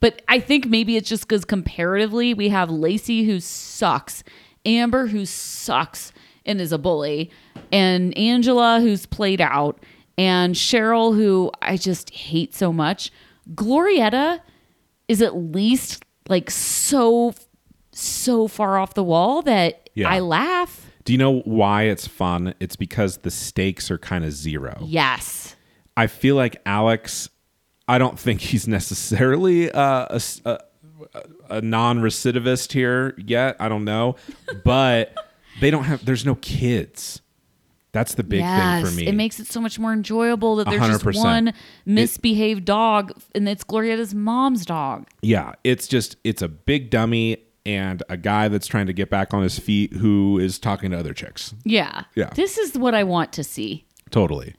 [SPEAKER 1] But I think maybe it's just because comparatively, we have Lacey who sucks, Amber who sucks and is a bully, and Angela who's played out, and Cheryl who I just hate so much. Glorietta is at least like so, so far off the wall that
[SPEAKER 2] Yeah.
[SPEAKER 1] I laugh.
[SPEAKER 2] Do you know why it's fun? It's because the stakes are kind of zero.
[SPEAKER 1] Yes.
[SPEAKER 2] I feel like Alex, I don't think he's necessarily uh, a, s- a- a non recidivist here yet. I don't know. But they don't have, there's no kids. That's the big thing for me.
[SPEAKER 1] It makes it so much more enjoyable that there's just
[SPEAKER 2] 100%.
[SPEAKER 1] one
[SPEAKER 2] It-
[SPEAKER 1] misbehaved dog, and it's Glorietta's mom's dog.
[SPEAKER 2] yeah, it's just, it's a big dummy and a guy that's trying to get back on his feet who is talking to other chicks.
[SPEAKER 1] Yeah.
[SPEAKER 2] Yeah.
[SPEAKER 1] This is what I want to see.
[SPEAKER 2] Totally.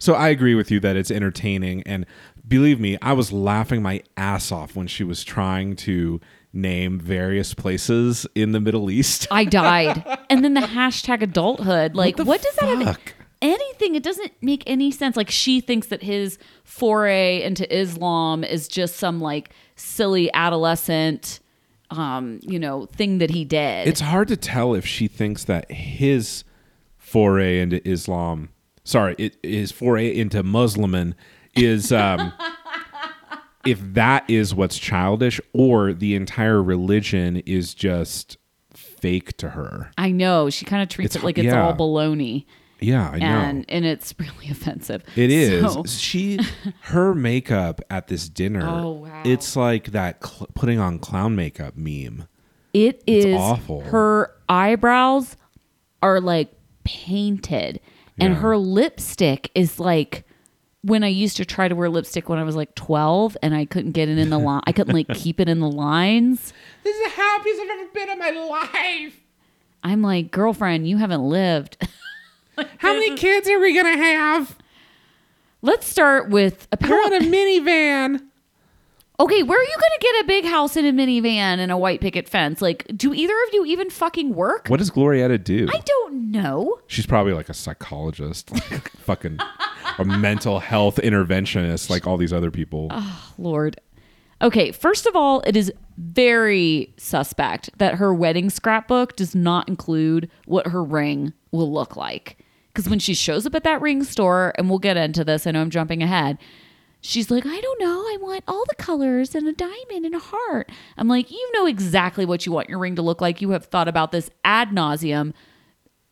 [SPEAKER 2] So I agree with you that it's entertaining and believe me, I was laughing my ass off when she was trying to name various places in the Middle East. <laughs>
[SPEAKER 1] I died. and then the hashtag adulthood. Like, what, does that have
[SPEAKER 2] fuck?
[SPEAKER 1] anything? It doesn't make any sense. Like, she thinks that his foray into Islam is just some like silly adolescent, um, you know, thing that he did.
[SPEAKER 2] It's hard to tell if she thinks that his foray into Islam, sorry, it, his foray into Muslimin is um if that is what's childish or the entire religion is just fake to her.
[SPEAKER 1] I know she kind of treats
[SPEAKER 2] It's-
[SPEAKER 1] it like it's
[SPEAKER 2] yeah.
[SPEAKER 1] all baloney.
[SPEAKER 2] Yeah, I know.
[SPEAKER 1] and and it's <laughs> really offensive.
[SPEAKER 2] It is.
[SPEAKER 1] So-
[SPEAKER 2] She, her makeup at this dinner.
[SPEAKER 1] Oh, wow.
[SPEAKER 2] It's like that cl- putting on clown makeup meme.
[SPEAKER 1] it
[SPEAKER 2] It's
[SPEAKER 1] is
[SPEAKER 2] awful.
[SPEAKER 1] Her eyebrows are like painted, and
[SPEAKER 2] Yeah.
[SPEAKER 1] her lipstick is like when I used to try to wear lipstick when I was like twelve, and I couldn't get it in
[SPEAKER 2] <laughs>
[SPEAKER 1] the line. I couldn't like keep it in the lines.
[SPEAKER 2] This is the happiest I've ever been in my life.
[SPEAKER 1] I'm like, girlfriend, you haven't lived. <laughs>
[SPEAKER 2] How many kids are we gonna have?
[SPEAKER 1] Let's start with
[SPEAKER 2] <gasps>
[SPEAKER 1] apparently.
[SPEAKER 2] a minivan.
[SPEAKER 1] Okay, where are you going to get a big house in a minivan and a white picket fence? Like, do either of you even fucking work?
[SPEAKER 2] What does Glorietta do?
[SPEAKER 1] I don't know.
[SPEAKER 2] She's probably like a psychologist, like <laughs> fucking a mental health interventionist, like all these other people.
[SPEAKER 1] Lord. Okay, first of all, it is very suspect that her wedding scrapbook does not include what her ring will look like. Because when she shows up at that ring store, and we'll get into this, I know I'm jumping ahead. She's like, I don't know. I want all the colors and a diamond and a heart. I'm like, you know exactly what you want your ring to look like. You have thought about this ad nauseum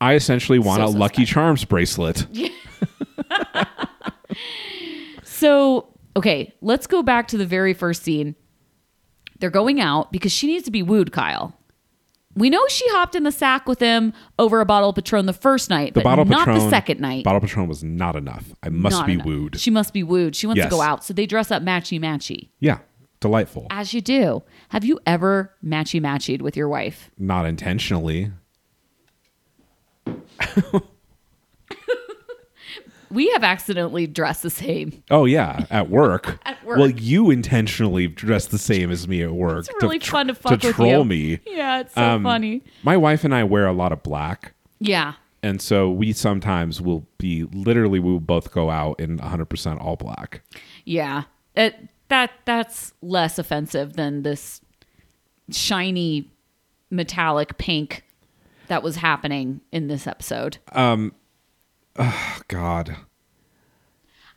[SPEAKER 2] I essentially want
[SPEAKER 1] So
[SPEAKER 2] a Lucky
[SPEAKER 1] suspect.
[SPEAKER 2] Charms bracelet.
[SPEAKER 1] So, okay, let's go back to the very first scene. They're going out because she needs to be wooed, Kyle. We know she hopped in the sack with him over a bottle of Patron the first night,
[SPEAKER 2] The
[SPEAKER 1] but
[SPEAKER 2] bottle
[SPEAKER 1] not
[SPEAKER 2] patron.
[SPEAKER 1] the second night.
[SPEAKER 2] Bottle patron was not enough. I must
[SPEAKER 1] Not
[SPEAKER 2] be
[SPEAKER 1] enough.
[SPEAKER 2] wooed.
[SPEAKER 1] She must be wooed. She wants
[SPEAKER 2] Yes.
[SPEAKER 1] to go out. So they dress up matchy matchy,
[SPEAKER 2] yeah, delightful.
[SPEAKER 1] as you do. Have you ever matchy matchied with your wife?
[SPEAKER 2] not intentionally.
[SPEAKER 1] We have accidentally dressed the same.
[SPEAKER 2] Oh yeah, at work.
[SPEAKER 1] <laughs> At work.
[SPEAKER 2] Well, you intentionally dress the same as me at work.
[SPEAKER 1] It's really
[SPEAKER 2] tr-
[SPEAKER 1] fun to fuck
[SPEAKER 2] to
[SPEAKER 1] with
[SPEAKER 2] troll
[SPEAKER 1] you.
[SPEAKER 2] me.
[SPEAKER 1] Yeah, it's so
[SPEAKER 2] Um,
[SPEAKER 1] funny.
[SPEAKER 2] My wife and I wear a lot of black,
[SPEAKER 1] Yeah.
[SPEAKER 2] and so we sometimes will be literally we will both go out in 100% all black.
[SPEAKER 1] Yeah. It, that that's less offensive than this shiny metallic pink that was happening in this episode.
[SPEAKER 2] Oh, God.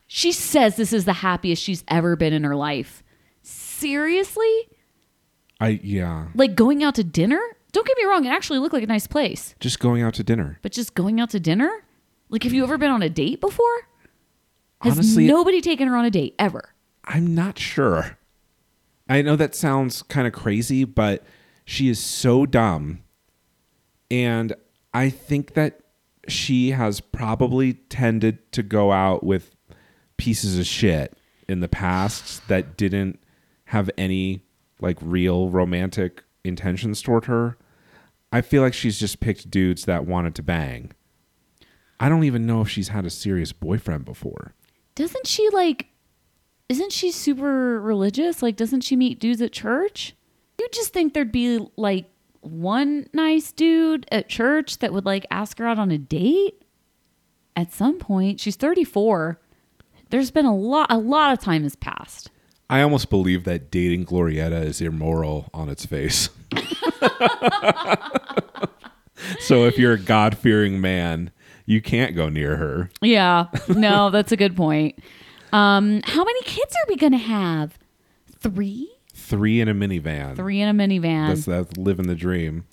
[SPEAKER 1] She says this is the happiest she's ever been in her life. Seriously?
[SPEAKER 2] I yeah,
[SPEAKER 1] Like going out to dinner? Don't get me wrong, it actually looked like a nice place.
[SPEAKER 2] just going out to dinner.
[SPEAKER 1] But just going out to dinner? Like have you ever been on a date before? Has
[SPEAKER 2] Honestly,
[SPEAKER 1] nobody taken her on a date ever?
[SPEAKER 2] I'm not sure. I know that sounds kind of crazy, but she is so dumb. And I think that she has probably tended to go out with pieces of shit in the past that didn't have any like real romantic intentions toward her. I feel like she's just picked dudes that wanted to bang. I don't even know if she's had a serious boyfriend before.
[SPEAKER 1] doesn't she like isn't she super religious like doesn't she meet dudes at church you just think there'd be like one nice dude at church that would like ask her out on a date at some point she's 34 there's been a lot a lot of time has passed
[SPEAKER 2] I almost believe that dating Glorietta is immoral on its face. <laughs> so if you're a God fearing man, you can't go near her.
[SPEAKER 1] yeah <laughs> no that's a good point um how many kids are we gonna have three
[SPEAKER 2] Three in a minivan.
[SPEAKER 1] three in a minivan
[SPEAKER 2] That's that's living the dream.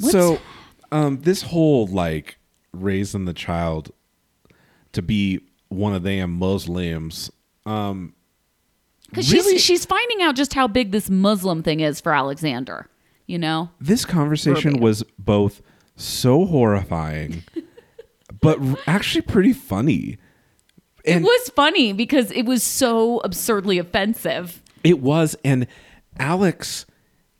[SPEAKER 1] What's-
[SPEAKER 2] So um this whole like raising the child to be one of them Muslims
[SPEAKER 1] Because
[SPEAKER 2] Really?
[SPEAKER 1] she's she's finding out just how big this Muslim thing is for Alexander. You know,
[SPEAKER 2] this conversation
[SPEAKER 1] Verbatim.
[SPEAKER 2] was both so horrifying but r- actually pretty funny.
[SPEAKER 1] it
[SPEAKER 2] And
[SPEAKER 1] was funny because it was so absurdly offensive.
[SPEAKER 2] It was, and Alex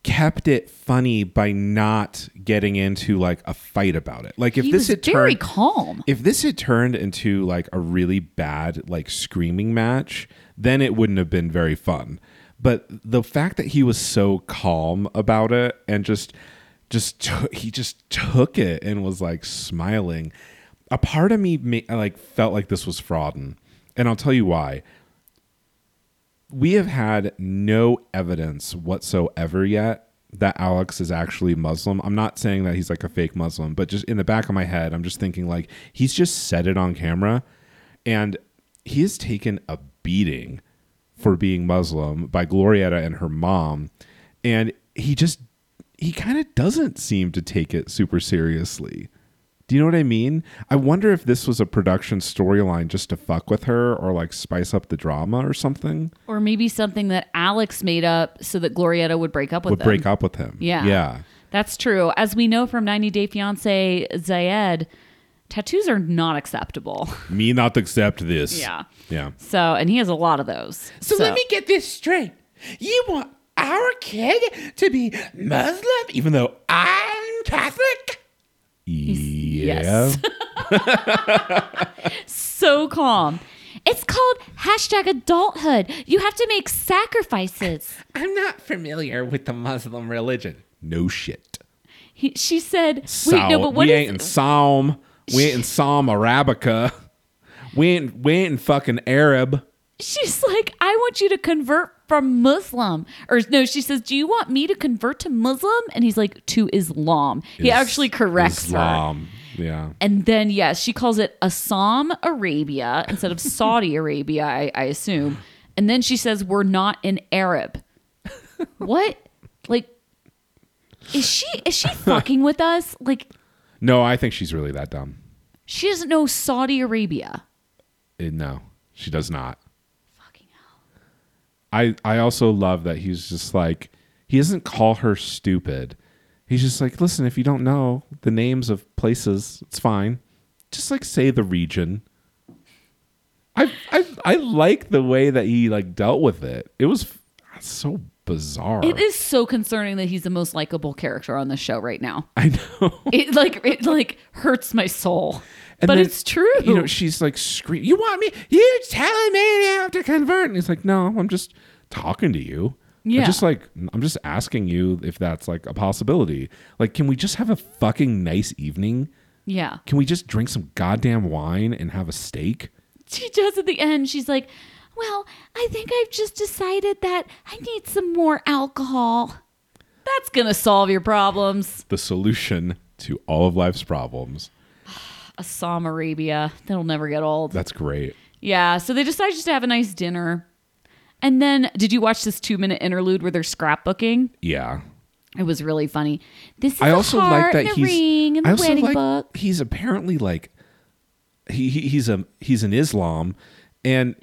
[SPEAKER 2] kept it funny by not getting into like a fight about it. Like if
[SPEAKER 1] he
[SPEAKER 2] this
[SPEAKER 1] was
[SPEAKER 2] had
[SPEAKER 1] very
[SPEAKER 2] turned,
[SPEAKER 1] calm.
[SPEAKER 2] if this had turned into like a really bad like screaming match, then it wouldn't have been very fun. But the fact that he was so calm about it and just just took he just took it and was like smiling. A part of me ma- like felt like this was fraudulent, and I'll tell you why we have had no evidence whatsoever yet that Alex is actually Muslim. I'm not saying that he's like a fake Muslim, but just in the back of my head, I'm just thinking like he's just said it on camera and he has taken a beating for being Muslim by Glorietta and her mom. And he just, he kind of doesn't seem to take it super seriously. Do you know what I mean? I wonder if this was a production storyline just to fuck with her or like spice up the drama or something.
[SPEAKER 1] Or maybe something that Alex made up so that Glorietta would break up with
[SPEAKER 2] would
[SPEAKER 1] him.
[SPEAKER 2] break up with him.
[SPEAKER 1] Yeah.
[SPEAKER 2] Yeah.
[SPEAKER 1] That's true. As we know from 90 Day Fiance Zayed, tattoos are not acceptable.
[SPEAKER 2] Me not accept this.
[SPEAKER 1] Yeah.
[SPEAKER 2] Yeah.
[SPEAKER 1] So, and he has a lot of those.
[SPEAKER 3] So, let me get this straight. You want our kid to be Muslim, even though I'm Catholic?
[SPEAKER 2] Yeah.
[SPEAKER 1] yes. <laughs> so calm. It's called hashtag adulthood. You have to make sacrifices.
[SPEAKER 3] I'm not familiar with the Muslim religion.
[SPEAKER 2] no shit.
[SPEAKER 1] He, she said,
[SPEAKER 2] Psal-
[SPEAKER 1] wait, no, but what
[SPEAKER 2] we
[SPEAKER 1] is-
[SPEAKER 2] ain't in Psalm. We ain't in Psalm Arabica. We ain't we ain't in fucking Arab.
[SPEAKER 1] she's like, I want you to convert from Muslim. Or no, she says, do you want me to convert to Muslim? And he's like, to Islam. he
[SPEAKER 2] Is-
[SPEAKER 1] actually corrects her.
[SPEAKER 2] Islam. Yeah.
[SPEAKER 1] And then, yes, she calls it Assam Arabia instead of
[SPEAKER 2] <laughs>
[SPEAKER 1] Saudi Arabia, I, I assume. And then she says, We're not an Arab.
[SPEAKER 2] <laughs>
[SPEAKER 1] what? Like, is she is she fucking with us? Like,
[SPEAKER 2] No, I think she's really that dumb.
[SPEAKER 1] She doesn't know Saudi Arabia.
[SPEAKER 2] Eh, no, she does not.
[SPEAKER 1] Fucking hell.
[SPEAKER 2] I I also love that he's just like he doesn't call her stupid. He's just like, listen, if you don't know the names of places, it's fine. Just like say the region. I I I like the way that he like dealt with it. It was f- so bizarre.
[SPEAKER 1] It is so concerning that he's the most likable character on the show right now.
[SPEAKER 2] <laughs> I know.
[SPEAKER 1] It like it like hurts my soul.
[SPEAKER 2] And
[SPEAKER 1] but
[SPEAKER 2] then,
[SPEAKER 1] it's true.
[SPEAKER 2] You know, she's like scream. You want me? You're telling me now to convert? And he's like, no, I'm just talking to you. I'm
[SPEAKER 1] Yeah.
[SPEAKER 2] just like I'm just asking you if that's like a possibility. Like, can we just have a fucking nice evening?
[SPEAKER 1] yeah.
[SPEAKER 2] Can we just drink some goddamn wine and have a steak?
[SPEAKER 1] she does at the end. She's like, "Well, I think I've just decided that I need some more alcohol." That's gonna solve your problems.
[SPEAKER 2] The solution to all of life's problems.
[SPEAKER 1] Assam Arabia, that'll never get old.
[SPEAKER 2] That's great.
[SPEAKER 1] Yeah, so they decide just to have a nice dinner. And then, did you watch this two-minute interlude where they're scrapbooking?
[SPEAKER 2] Yeah.
[SPEAKER 1] It was really funny. This is
[SPEAKER 2] I
[SPEAKER 1] a
[SPEAKER 2] also like
[SPEAKER 1] heart
[SPEAKER 2] that
[SPEAKER 1] and a
[SPEAKER 2] he's
[SPEAKER 1] ring and
[SPEAKER 2] I
[SPEAKER 1] the
[SPEAKER 2] also
[SPEAKER 1] wedding
[SPEAKER 2] like
[SPEAKER 1] book.
[SPEAKER 2] he's apparently like he, he he's a he's an Islam and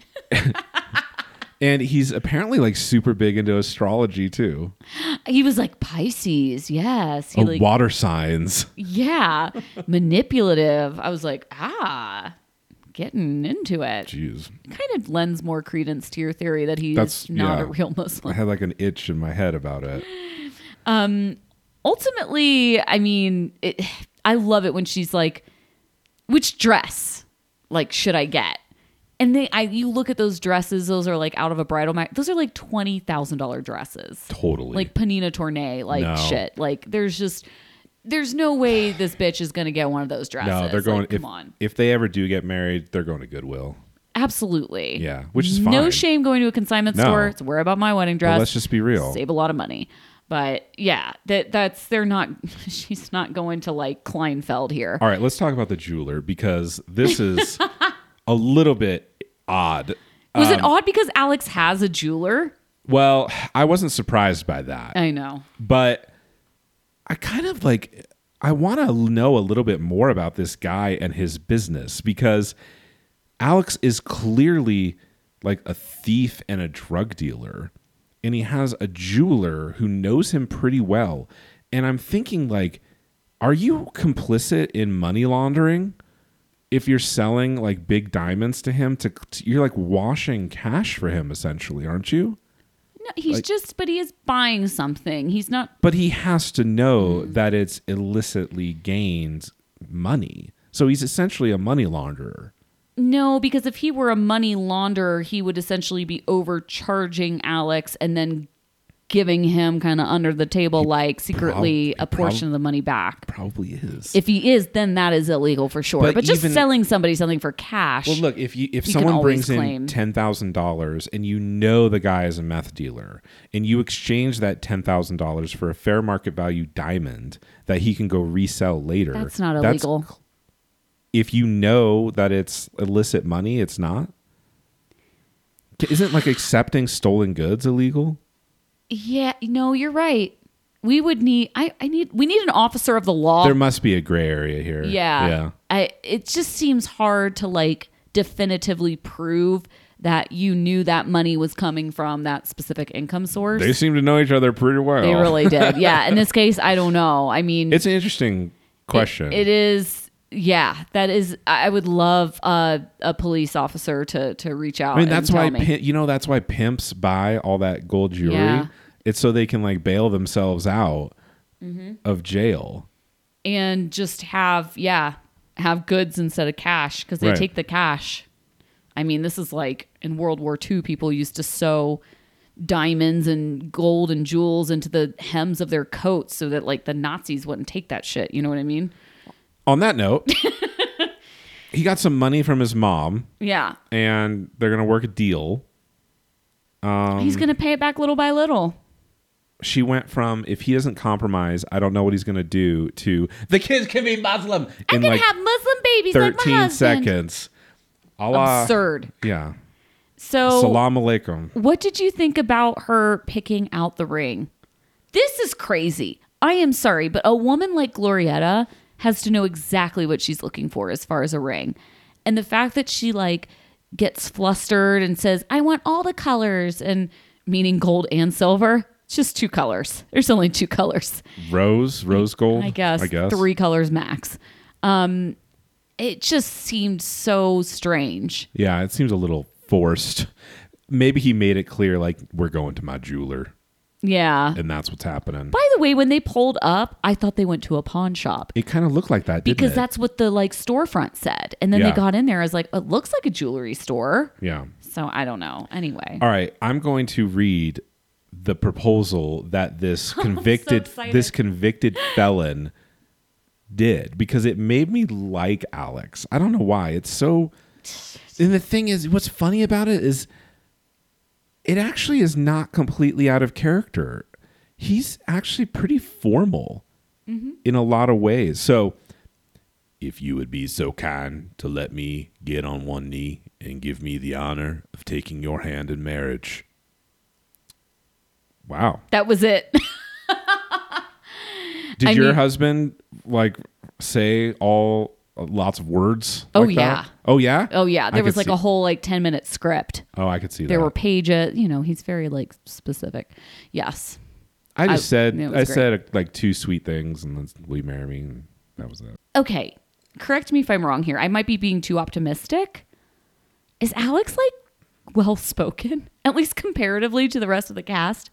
[SPEAKER 2] <laughs> and he's apparently like super big into astrology too.
[SPEAKER 1] He was like Pisces, yes. He
[SPEAKER 2] Oh,
[SPEAKER 1] like
[SPEAKER 2] water signs.
[SPEAKER 1] yeah, manipulative. I was like, ah, getting into it.
[SPEAKER 2] Jeez.
[SPEAKER 1] kind of lends more credence to your theory that he's
[SPEAKER 2] That's-
[SPEAKER 1] not
[SPEAKER 2] yeah.
[SPEAKER 1] a real
[SPEAKER 2] I
[SPEAKER 1] Muslim.
[SPEAKER 2] had like an itch in my head about it.
[SPEAKER 1] Ultimately, I mean, it, I love it when she's like, "Which dress? Like, should I get?" And they, I, you look at those dresses; those are like out of a bridal mag. Those are like twenty thousand dollar dresses,
[SPEAKER 2] Totally.
[SPEAKER 1] like Panina Tournay, like
[SPEAKER 2] No.
[SPEAKER 1] shit. Like, there's just, there's no way this bitch is gonna get one of those dresses.
[SPEAKER 2] no, they're going
[SPEAKER 1] Like,
[SPEAKER 2] if,
[SPEAKER 1] come on,
[SPEAKER 2] if they ever do get married, they're going to Goodwill.
[SPEAKER 1] absolutely.
[SPEAKER 2] Yeah, which is fine.
[SPEAKER 1] No shame going to a consignment
[SPEAKER 2] No.
[SPEAKER 1] store. It's where I bought my wedding dress.
[SPEAKER 2] But let's just be real.
[SPEAKER 1] save a lot of money. But yeah, that that's they're not. <laughs> She's not going to like Kleinfeld here.
[SPEAKER 2] All right, let's talk about the jeweler because this
[SPEAKER 1] <laughs>
[SPEAKER 2] is a little bit odd.
[SPEAKER 1] Was
[SPEAKER 2] um,
[SPEAKER 1] it odd because Alex has a jeweler?
[SPEAKER 2] Well, I wasn't surprised by that.
[SPEAKER 1] I know.
[SPEAKER 2] but I kind of like I want to know a little bit more about this guy and his business because Alex is clearly like a thief and a drug dealer and he has a jeweler who knows him pretty well and I'm thinking like are you complicit in money laundering if you're selling like big diamonds to him to, to you're like washing cash for him essentially aren't you
[SPEAKER 1] No, he's just, but he is buying something. He's not.
[SPEAKER 2] but he has to know that it's illicitly gained money. So he's essentially a money launderer.
[SPEAKER 1] No, because if he were a money launderer, he would essentially be overcharging Alex and then giving him kind of under the table, like secretly
[SPEAKER 2] prob-
[SPEAKER 1] a portion of the money back.
[SPEAKER 2] Probably is.
[SPEAKER 1] If he is, then that is illegal for sure. But,
[SPEAKER 2] But
[SPEAKER 1] just
[SPEAKER 2] even-
[SPEAKER 1] selling somebody something for cash.
[SPEAKER 2] well, look, if you if
[SPEAKER 1] You can
[SPEAKER 2] someone
[SPEAKER 1] always
[SPEAKER 2] brings
[SPEAKER 1] claim.
[SPEAKER 2] in ten thousand dollars and you know the guy is a meth dealer, and you exchange that ten thousand dollars for a fair market value diamond that he can go resell later,
[SPEAKER 1] that's not illegal.
[SPEAKER 2] if you know that it's illicit money, it's not. Isn't like accepting stolen goods illegal?
[SPEAKER 1] Yeah, no, you're right. We would need I, I need we need an officer of the law.
[SPEAKER 2] There must be a gray area here.
[SPEAKER 1] yeah.
[SPEAKER 2] Yeah.
[SPEAKER 1] I it just seems hard to like definitively prove that you knew that money was coming from that specific income source.
[SPEAKER 2] They seem to know each other pretty well.
[SPEAKER 1] They really
[SPEAKER 2] <laughs>
[SPEAKER 1] did. Yeah. In this case, I don't know. I mean
[SPEAKER 2] It's an interesting question.
[SPEAKER 1] it is yeah, that is I I would love uh, a police officer to to reach out
[SPEAKER 2] I mean,
[SPEAKER 1] and
[SPEAKER 2] that's
[SPEAKER 1] tell
[SPEAKER 2] why
[SPEAKER 1] me.
[SPEAKER 2] pim- you know that's why pimps buy all that gold jewelry.
[SPEAKER 1] Yeah.
[SPEAKER 2] It's so they can like bail themselves out
[SPEAKER 1] Mm-hmm.
[SPEAKER 2] of jail.
[SPEAKER 1] and just have yeah have goods instead of cash because they
[SPEAKER 2] Right.
[SPEAKER 1] take the cash i mean this is like in world war ii people used to sew diamonds and gold and jewels into the hems of their coats so that like the nazis wouldn't take that shit you know what i mean
[SPEAKER 2] On
[SPEAKER 1] <laughs>
[SPEAKER 2] that note, he got some money from his mom,
[SPEAKER 1] yeah
[SPEAKER 2] and they're gonna work a deal. Um,
[SPEAKER 1] he's gonna pay it back little by little
[SPEAKER 2] She went from if he doesn't compromise, I don't know what he's gonna do. To the kids can be Muslim in
[SPEAKER 1] i can
[SPEAKER 2] like
[SPEAKER 1] have muslim babies like my
[SPEAKER 2] thirteen
[SPEAKER 1] husband
[SPEAKER 2] seconds. Allah,
[SPEAKER 1] absurd
[SPEAKER 2] yeah.
[SPEAKER 1] so
[SPEAKER 2] Salam alaikum.
[SPEAKER 1] What did you think about her picking out the ring? This is crazy. I am sorry, but a woman like Glorietta has to know exactly what she's looking for as far as a ring. And the fact that she like gets flustered and says, "I want all the colors," and meaning gold and silver, it's just two colors. There's only two colors.
[SPEAKER 2] Rose, rose gold.
[SPEAKER 1] I guess,
[SPEAKER 2] I guess.
[SPEAKER 1] three colors max. Um, it just seemed so strange.
[SPEAKER 2] Yeah, it seems a little forced. Maybe he made it clear, like we're going to my jeweler,
[SPEAKER 1] Yeah.
[SPEAKER 2] and that's what's happening.
[SPEAKER 1] By the way, when they pulled up, I thought they went to a pawn shop
[SPEAKER 2] it kind of looked like that, didn't
[SPEAKER 1] because
[SPEAKER 2] it?
[SPEAKER 1] that's what the like storefront said. And then
[SPEAKER 2] Yeah.
[SPEAKER 1] they got in there. I was like, it looks like a jewelry store.
[SPEAKER 2] yeah.
[SPEAKER 1] So I don't know. Anyway,
[SPEAKER 2] All right, I'm going to read the proposal
[SPEAKER 1] <laughs>
[SPEAKER 2] that this convicted
[SPEAKER 1] excited.
[SPEAKER 2] this convicted felon did because it made me like Alex. I don't know why. It's so And the thing is what's funny about it is it actually is not completely out of character. He's actually pretty formal in a lot of ways. So if you would be so kind to let me get on one knee and give me the honor of taking your hand in marriage. Wow.
[SPEAKER 1] that was it. <laughs>
[SPEAKER 2] Did
[SPEAKER 1] I
[SPEAKER 2] your
[SPEAKER 1] mean-
[SPEAKER 2] husband like say all uh, lots of words?
[SPEAKER 1] Oh,
[SPEAKER 2] like
[SPEAKER 1] yeah.
[SPEAKER 2] that? Oh yeah.
[SPEAKER 1] oh yeah,
[SPEAKER 2] I
[SPEAKER 1] there was
[SPEAKER 2] could
[SPEAKER 1] like
[SPEAKER 2] see-
[SPEAKER 1] a whole like ten minute script.
[SPEAKER 2] Oh, I could see
[SPEAKER 1] There
[SPEAKER 2] that.
[SPEAKER 1] were pages. You know, he's very like specific. Yes.
[SPEAKER 2] I just
[SPEAKER 1] I-
[SPEAKER 2] said
[SPEAKER 1] it was
[SPEAKER 2] I
[SPEAKER 1] great.
[SPEAKER 2] said like two sweet things, and then will you marry me? And that was it.
[SPEAKER 1] Okay, correct me if I'm wrong here. I might be being too optimistic. Is Alex like well spoken, <laughs> at least comparatively to the rest of the cast?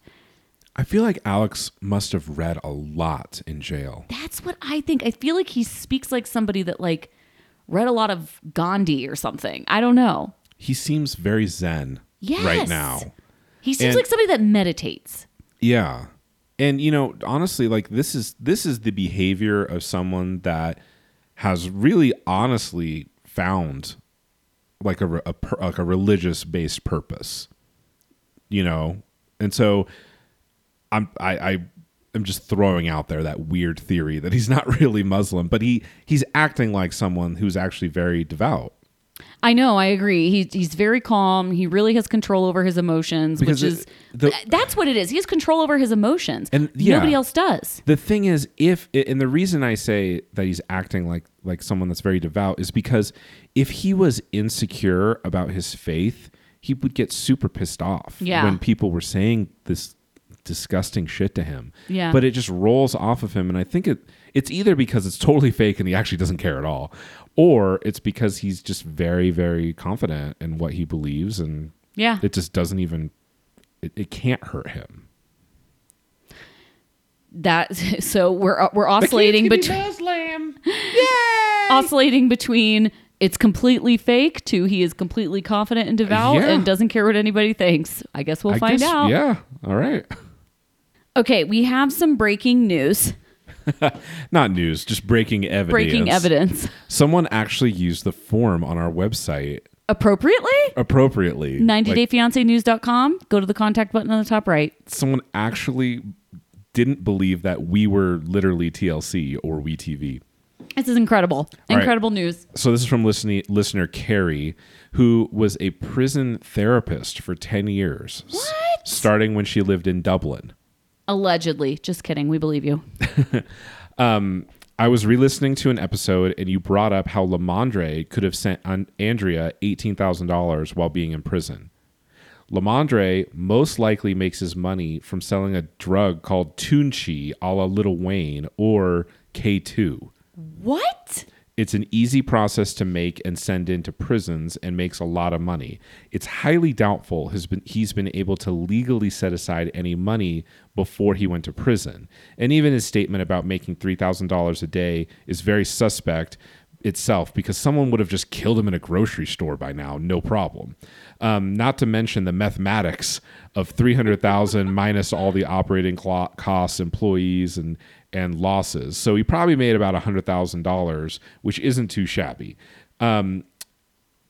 [SPEAKER 2] I feel like Alex must have read a lot in jail.
[SPEAKER 1] That's what I think. I feel like he speaks like somebody that like read a lot of Gandhi or something. I don't know.
[SPEAKER 2] He seems very zen
[SPEAKER 1] Yes.
[SPEAKER 2] right now.
[SPEAKER 1] He seems
[SPEAKER 2] And-
[SPEAKER 1] like somebody that meditates.
[SPEAKER 2] Yeah. And you know, honestly, like this is this is the behavior of someone that has really honestly found like a, re- a per- like a religious based purpose. You know. And so I'm I I am just throwing out there that weird theory that he's <laughs> not really Muslim, but he he's acting like someone who's actually very devout.
[SPEAKER 1] I know, I agree. He, he's very calm. He really has control over his emotions,
[SPEAKER 2] Because
[SPEAKER 1] which
[SPEAKER 2] it-
[SPEAKER 1] is
[SPEAKER 2] the-
[SPEAKER 1] th- that's what it is. He has control over his emotions.
[SPEAKER 2] And- yeah.
[SPEAKER 1] nobody else does.
[SPEAKER 2] the thing is if and the reason i say that he's acting like like someone that's very devout is because if he was insecure about his faith he would get super pissed off
[SPEAKER 1] Yeah.
[SPEAKER 2] when people were saying this disgusting shit to him
[SPEAKER 1] Yeah.
[SPEAKER 2] but it just rolls off of him and i think it it's either because it's totally fake and he actually doesn't care at all or it's because he's just very very confident in what he believes and
[SPEAKER 1] Yeah.
[SPEAKER 2] it just doesn't even it, it can't hurt him
[SPEAKER 1] that <laughs> so we're we're oscillating
[SPEAKER 3] Kids can
[SPEAKER 1] between
[SPEAKER 3] be
[SPEAKER 1] <laughs>
[SPEAKER 3] Muslim.
[SPEAKER 1] oscillating between it's completely fake to he is completely confident and devout
[SPEAKER 2] Yeah.
[SPEAKER 1] and doesn't care what anybody thinks. I guess we'll
[SPEAKER 2] I
[SPEAKER 1] find
[SPEAKER 2] guess-
[SPEAKER 1] out.
[SPEAKER 2] yeah all right
[SPEAKER 1] Okay, we have some breaking news,
[SPEAKER 2] not news, just breaking evidence.
[SPEAKER 1] breaking evidence.
[SPEAKER 2] Someone actually used the form on our website
[SPEAKER 1] Appropriately?
[SPEAKER 2] appropriately.
[SPEAKER 1] 90dayfiancenews.com. Go to the contact button on the top right.
[SPEAKER 2] Someone actually didn't believe that we were literally TLC or we TV.
[SPEAKER 1] This is incredible.
[SPEAKER 2] right.
[SPEAKER 1] Incredible news.
[SPEAKER 2] So this is from listening, listener Carrie, who was a prison therapist for 10 years. s-
[SPEAKER 1] What?
[SPEAKER 2] starting when she lived in Dublin.
[SPEAKER 1] Allegedly. Just kidding. We believe you.
[SPEAKER 2] I was re-listening to an episode, and you brought up how Lamondre could have sent An- Andrea eighteen thousand dollars while being in prison. Lamondre most likely makes his money from selling a drug called Tunchi, a la Little Wayne or K two.
[SPEAKER 1] What?
[SPEAKER 2] It's an easy process to make and send into prisons and makes a lot of money. It's highly doubtful has been he's been able to legally set aside any money before he went to prison. And even his statement about making $3,000 a day is very suspect itself because someone would have just killed him in a grocery store by now, no problem. Um, not to mention the mathematics of 300,000 minus all the operating clo- costs, employees and and losses. So he probably made about $100,000, which isn't too shabby. Um,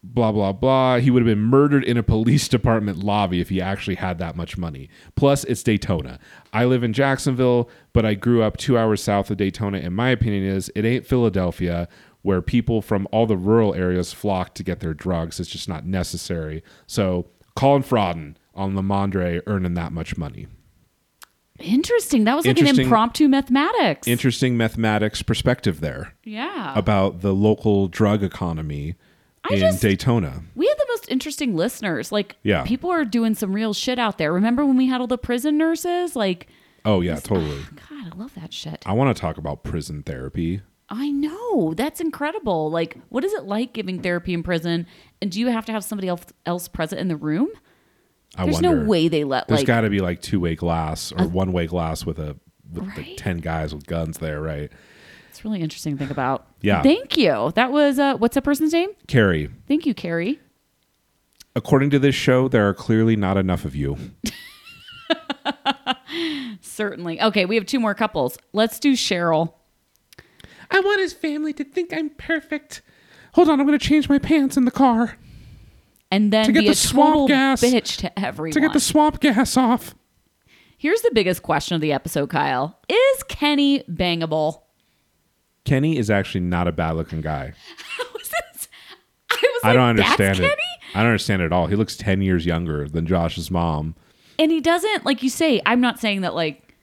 [SPEAKER 2] blah, blah, blah. He would have been murdered in a police <laughs> department lobby if he actually had that much money. Plus, it's Daytona. I live in Jacksonville, but I grew up two hours south of Daytona. And my opinion is it ain't Philadelphia where people from all the rural areas flock to get their drugs. It's just not necessary. So calling fraud on Lamondre earning that much money.
[SPEAKER 1] Interesting. That was like an
[SPEAKER 2] Interesting-
[SPEAKER 1] impromptu mathematics.
[SPEAKER 2] Interesting mathematics perspective there
[SPEAKER 1] yeah.
[SPEAKER 2] about the local drug economy in
[SPEAKER 1] just-
[SPEAKER 2] Daytona.
[SPEAKER 1] we had the most interesting listeners. Like,
[SPEAKER 2] Yeah.
[SPEAKER 1] people are doing some real shit out there. Remember when we had all the prison nurses? Like,
[SPEAKER 2] Oh yeah, totally.
[SPEAKER 1] God, I love that shit.
[SPEAKER 2] I want to talk about prison therapy.
[SPEAKER 1] I know. That's incredible. Like, what is it like giving therapy in prison? And do you have to have somebody else, else present in the room?
[SPEAKER 2] I
[SPEAKER 1] There's
[SPEAKER 2] wonder.
[SPEAKER 1] no way they let,
[SPEAKER 2] There's
[SPEAKER 1] like,
[SPEAKER 2] got to be like two way glass or one way glass with a with like
[SPEAKER 1] Right?
[SPEAKER 2] ten guys with guns there, right?
[SPEAKER 1] it's really interesting to think about.
[SPEAKER 2] Yeah.
[SPEAKER 1] Thank you. That was, uh, what's that person's name?
[SPEAKER 2] Carrie,
[SPEAKER 1] Thank you, Carrie.
[SPEAKER 2] according to this show, there are clearly not enough of you.
[SPEAKER 1] Certainly. Okay, we have two more couples. Let's do Cheryl.
[SPEAKER 2] I want his family to think I'm perfect. Hold on, I'm going to change my pants in the car
[SPEAKER 1] And then
[SPEAKER 2] To get
[SPEAKER 1] be
[SPEAKER 2] the
[SPEAKER 1] a
[SPEAKER 2] swamp
[SPEAKER 1] total
[SPEAKER 2] gas.
[SPEAKER 1] bitch to everyone.
[SPEAKER 2] to get the swamp gas off.
[SPEAKER 1] Here's the biggest question of the episode, Kyle. Is Kenny <laughs> bangable?
[SPEAKER 2] Kenny is actually not a bad looking guy.
[SPEAKER 1] I was just- I was
[SPEAKER 2] I
[SPEAKER 1] like,
[SPEAKER 2] don't
[SPEAKER 1] "That's
[SPEAKER 2] understand it.
[SPEAKER 1] Kenny?
[SPEAKER 2] I don't understand it at all. He looks 10 years younger than Josh's mom.
[SPEAKER 1] And he doesn't, like you say, I'm not saying that like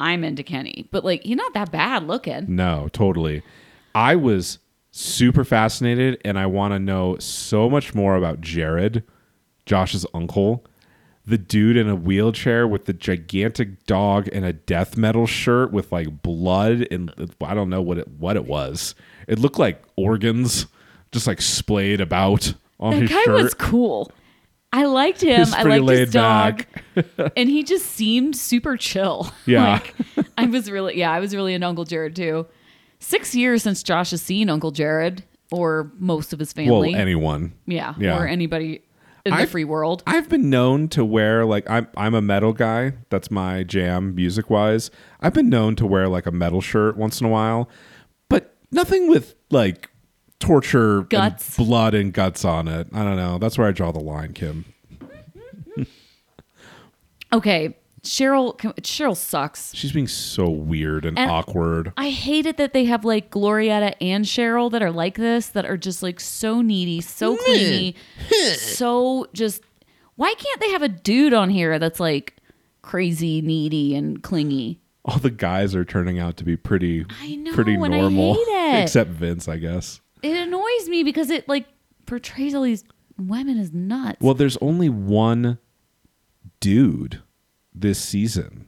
[SPEAKER 1] I'm into Kenny, but like he's not that bad looking.
[SPEAKER 2] No, totally. I was super fascinated and I want to know so much more about Jared, Josh's uncle, the dude in a wheelchair with the gigantic dog and a death metal shirt with like blood and I don't know what it what it was. It looked like organs just like splayed about on
[SPEAKER 1] That
[SPEAKER 2] his
[SPEAKER 1] guy
[SPEAKER 2] shirt.
[SPEAKER 1] was cool. I liked him.
[SPEAKER 2] He's
[SPEAKER 1] I
[SPEAKER 2] pretty
[SPEAKER 1] liked
[SPEAKER 2] laid
[SPEAKER 1] his dog. and he just seemed super chill.
[SPEAKER 2] Yeah.
[SPEAKER 1] like, <laughs> I was really yeah, I was really into Uncle Jared too. Six years since Josh has seen Uncle Jared or most of his
[SPEAKER 2] well,
[SPEAKER 1] family.
[SPEAKER 2] anyone.
[SPEAKER 1] yeah,
[SPEAKER 2] yeah.
[SPEAKER 1] Or anybody in
[SPEAKER 2] I-
[SPEAKER 1] the free world.
[SPEAKER 2] I've been known to wear like I'm I'm a metal guy. That's my jam music wise. I've been known to wear like a metal shirt once in a while, but nothing with like torture and
[SPEAKER 1] Guts.
[SPEAKER 2] blood and guts on it. I don't know. That's where I draw the line, Kim.
[SPEAKER 1] Okay. Cheryl Cheryl sucks.
[SPEAKER 2] She's being so weird and,
[SPEAKER 1] And-
[SPEAKER 2] awkward.
[SPEAKER 1] I hate it that they have like Glorietta and Cheryl that are like this, that are just like so needy, so clingy, so just. Why can't they have a dude on here that's like crazy, needy, and clingy?
[SPEAKER 2] All the guys are turning out to be pretty
[SPEAKER 1] I know,
[SPEAKER 2] pretty
[SPEAKER 1] and I
[SPEAKER 2] normal. <laughs>
[SPEAKER 1] hate it.
[SPEAKER 2] Except Vince, I guess.
[SPEAKER 1] It annoys me because it like portrays all these women as nuts.
[SPEAKER 2] Well, there's only one dude this season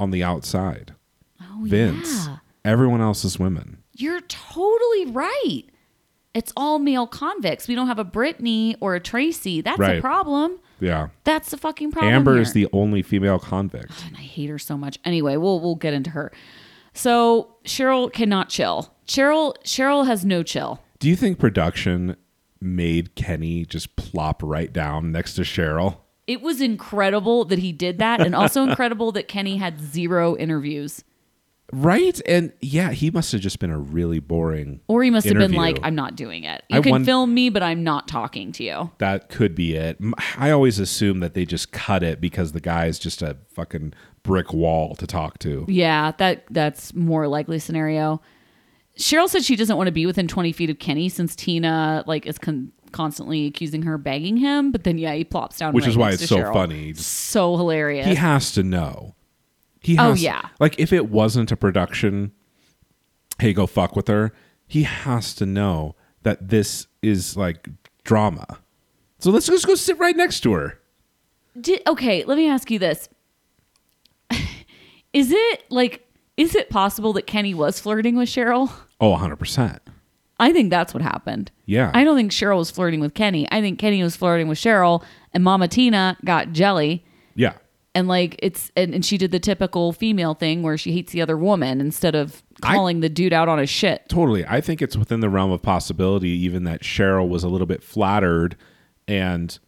[SPEAKER 2] on the outside.
[SPEAKER 1] oh,
[SPEAKER 2] Vince.
[SPEAKER 1] Yeah.
[SPEAKER 2] Everyone else is women.
[SPEAKER 1] You're totally right. It's all male convicts. We don't have a Brittany or a Tracy. That's
[SPEAKER 2] Right.
[SPEAKER 1] a problem.
[SPEAKER 2] Yeah.
[SPEAKER 1] That's the fucking problem.
[SPEAKER 2] Amber
[SPEAKER 1] here.
[SPEAKER 2] is the only female convict.
[SPEAKER 1] and I hate her so much. Anyway, we'll we'll get into her. So Cheryl cannot chill. Cheryl Cheryl has no chill.
[SPEAKER 2] Do you think production made Kenny just plop right down next to Cheryl?
[SPEAKER 1] It was incredible that he did that, and
[SPEAKER 2] <laughs>
[SPEAKER 1] also incredible that Kenny had zero interviews.
[SPEAKER 2] Right? And yeah, he must have just been a really boring
[SPEAKER 1] Or he must have been like,
[SPEAKER 2] interview.
[SPEAKER 1] "I'm not doing it. You
[SPEAKER 2] I
[SPEAKER 1] can
[SPEAKER 2] won-
[SPEAKER 1] film me, but I'm not talking to you."
[SPEAKER 2] that could be it. M- I always assume that they just cut it because the guy is just a fucking brick wall to talk to.
[SPEAKER 1] Yeah, that that's more likely scenario. Cheryl said she doesn't want to be within 20 feet of Kenny since Tina like is con- constantly accusing her of begging him, but then yeah, he plops down.
[SPEAKER 2] Which
[SPEAKER 1] right
[SPEAKER 2] is why
[SPEAKER 1] next
[SPEAKER 2] it's
[SPEAKER 1] to
[SPEAKER 2] so
[SPEAKER 1] Cheryl.
[SPEAKER 2] funny. Just-
[SPEAKER 1] So hilarious.
[SPEAKER 2] he has to know. He
[SPEAKER 1] Oh,
[SPEAKER 2] has,
[SPEAKER 1] yeah.
[SPEAKER 2] Like if it wasn't a production, hey, go fuck with her. He has to know that this is like drama. So let's just go sit right next to her.
[SPEAKER 1] Did, okay, let me ask you this. <laughs> is it like is it possible that Kenny was flirting with Cheryl?
[SPEAKER 2] Oh, 100%.
[SPEAKER 1] I think that's what happened.
[SPEAKER 2] Yeah.
[SPEAKER 1] I don't think Cheryl was flirting with Kenny. I think Kenny was flirting with Cheryl and Mama Tina got jelly
[SPEAKER 2] Yeah.
[SPEAKER 1] and like it's and, and she did the typical female thing where she hates the other woman instead of
[SPEAKER 2] I-
[SPEAKER 1] calling the dude out on his shit.
[SPEAKER 2] Totally. I think it's within the realm of possibility, even that Cheryl was a little bit flattered and,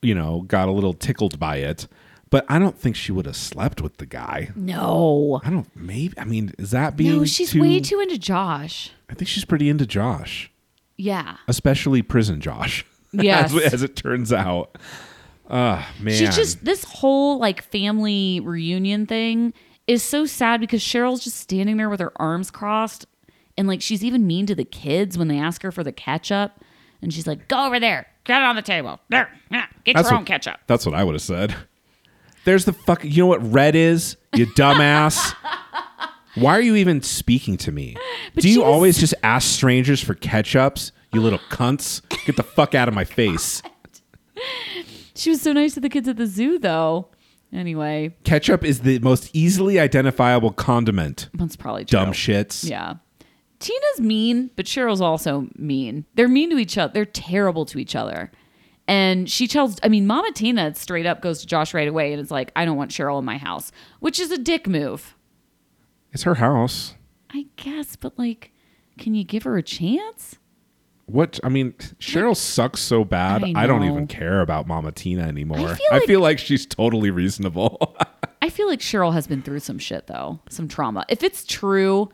[SPEAKER 2] you know, got a little tickled by it. But I don't think she would have slept with the guy.
[SPEAKER 1] No.
[SPEAKER 2] I don't, maybe. I mean, is that being.
[SPEAKER 1] No, she's way too into Josh.
[SPEAKER 2] I think she's pretty into Josh.
[SPEAKER 1] Yeah.
[SPEAKER 2] especially prison Josh. <laughs>
[SPEAKER 1] Yes.
[SPEAKER 2] as, as it turns out. Ah, man.
[SPEAKER 1] She just this whole like family reunion thing is so sad because Cheryl's just standing there with her arms crossed and like she's even mean to the kids when they ask her for the ketchup and she's like, "Go over there. Get it on the table. There. yeah, Get
[SPEAKER 2] That's
[SPEAKER 1] your
[SPEAKER 2] what-
[SPEAKER 1] own ketchup."
[SPEAKER 2] That's what I would have said. There's the fuck. You know what red is? You dumbass. Why are you even speaking
[SPEAKER 1] <laughs>
[SPEAKER 2] to me? Do
[SPEAKER 1] she
[SPEAKER 2] you
[SPEAKER 1] was-
[SPEAKER 2] always just ask strangers for ketchups? You little cunts. Get the fuck out of my face.
[SPEAKER 1] She was so nice to the kids at the zoo, though. Anyway,
[SPEAKER 2] Ketchup is the most easily identifiable condiment.
[SPEAKER 1] that's probably true.
[SPEAKER 2] Dumb shits.
[SPEAKER 1] Yeah. Tina's mean, but Cheryl's also mean. They're mean to each other. They're terrible to each other. And she tells, I mean, Mama Tina straight up goes to Josh right away and is like, I don't want Cheryl in my house, which is a dick move.
[SPEAKER 2] It's her house.
[SPEAKER 1] I guess, but like, can you give her a chance?
[SPEAKER 2] What I mean, Cheryl sucks so bad.
[SPEAKER 1] I
[SPEAKER 2] I, don't
[SPEAKER 1] know.
[SPEAKER 2] even care about Mama Tina anymore.
[SPEAKER 1] I feel like-
[SPEAKER 2] she's totally reasonable. <laughs>
[SPEAKER 1] I feel like Cheryl has been through some shit, though, some trauma. If it's true,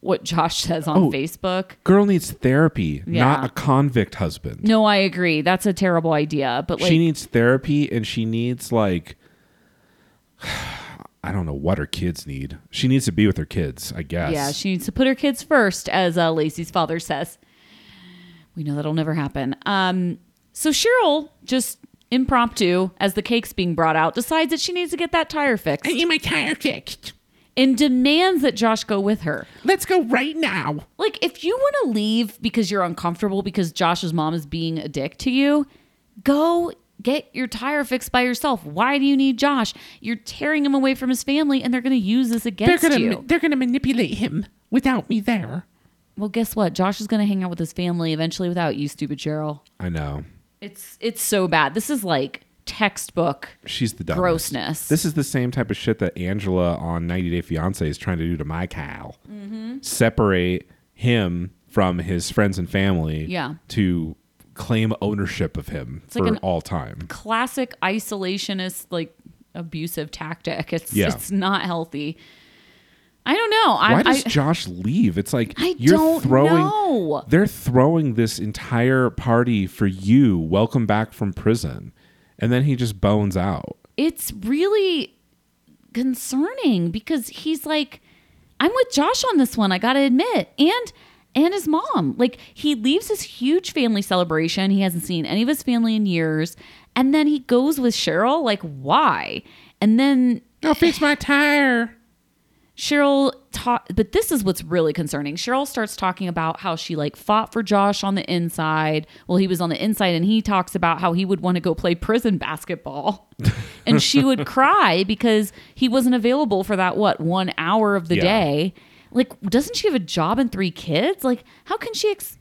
[SPEAKER 1] what Josh says on
[SPEAKER 2] Oh.
[SPEAKER 1] Facebook,
[SPEAKER 2] Girl needs therapy,
[SPEAKER 1] Yeah.
[SPEAKER 2] not a convict husband.
[SPEAKER 1] no, I agree. That's a terrible idea. But like,
[SPEAKER 2] she needs therapy and she needs like <sighs> I don't know what her kids need. She needs to be with her kids, I guess.
[SPEAKER 1] Yeah, she needs to put her kids first, as uh, Lacey's father says. We know that'll never happen. Um, so Cheryl, just impromptu, as the cake's being brought out, decides that she needs to get that tire
[SPEAKER 3] I
[SPEAKER 1] fixed
[SPEAKER 3] need my tire fixed.
[SPEAKER 1] and demands that Josh go with her.
[SPEAKER 3] Let's go right now.
[SPEAKER 1] Like, if you want to leave because you're uncomfortable because Josh's mom is being a dick to you, go get your tire fixed by yourself. Why do you need Josh? You're tearing him away from his family, and they're going to use this
[SPEAKER 3] They're
[SPEAKER 1] against
[SPEAKER 3] gonna
[SPEAKER 1] you.
[SPEAKER 3] ma- they're gonna manipulate him without me there.
[SPEAKER 1] Well, guess what? Josh is going to hang out with his family eventually without you, stupid Cheryl.
[SPEAKER 2] I know.
[SPEAKER 1] It's it's so bad. This is like textbook.
[SPEAKER 2] She's the dumbest.
[SPEAKER 1] Grossness.
[SPEAKER 2] This is the same type of shit that Angela on 90 Day Fiance is trying to do to my Kyle.
[SPEAKER 1] Mm-hmm.
[SPEAKER 2] Separate him from his friends and family
[SPEAKER 1] Yeah.
[SPEAKER 2] to claim ownership of him for
[SPEAKER 1] like an-
[SPEAKER 2] all time.
[SPEAKER 1] Classic isolationist like abusive tactic. It's
[SPEAKER 2] Yeah.
[SPEAKER 1] it's not healthy. I don't know. I,
[SPEAKER 2] Why does
[SPEAKER 1] I <laughs>
[SPEAKER 2] Josh leave? It's like
[SPEAKER 1] I
[SPEAKER 2] you're
[SPEAKER 1] don't
[SPEAKER 2] throwing
[SPEAKER 1] know.
[SPEAKER 2] they're throwing this entire party for you, welcome back from prison. And then he just bones out.
[SPEAKER 1] it's really concerning because he's like I'm with Josh on this one, I got to admit. And and his mom. Like he leaves this huge family celebration. He hasn't seen any of his family in years. And then he goes with Cheryl. Like why? And then
[SPEAKER 3] Go fix my tire.
[SPEAKER 1] Cheryl taught, but this is what's really concerning. Cheryl starts talking about how she like fought for Josh on the inside. Well, he was on the inside, and he talks about how he would want to go play prison
[SPEAKER 2] <laughs>
[SPEAKER 1] basketball, and she would cry because he wasn't available for that what one hour of the
[SPEAKER 2] Yeah.
[SPEAKER 1] day. Like, doesn't she have a job and three kids? Like, how can she ex-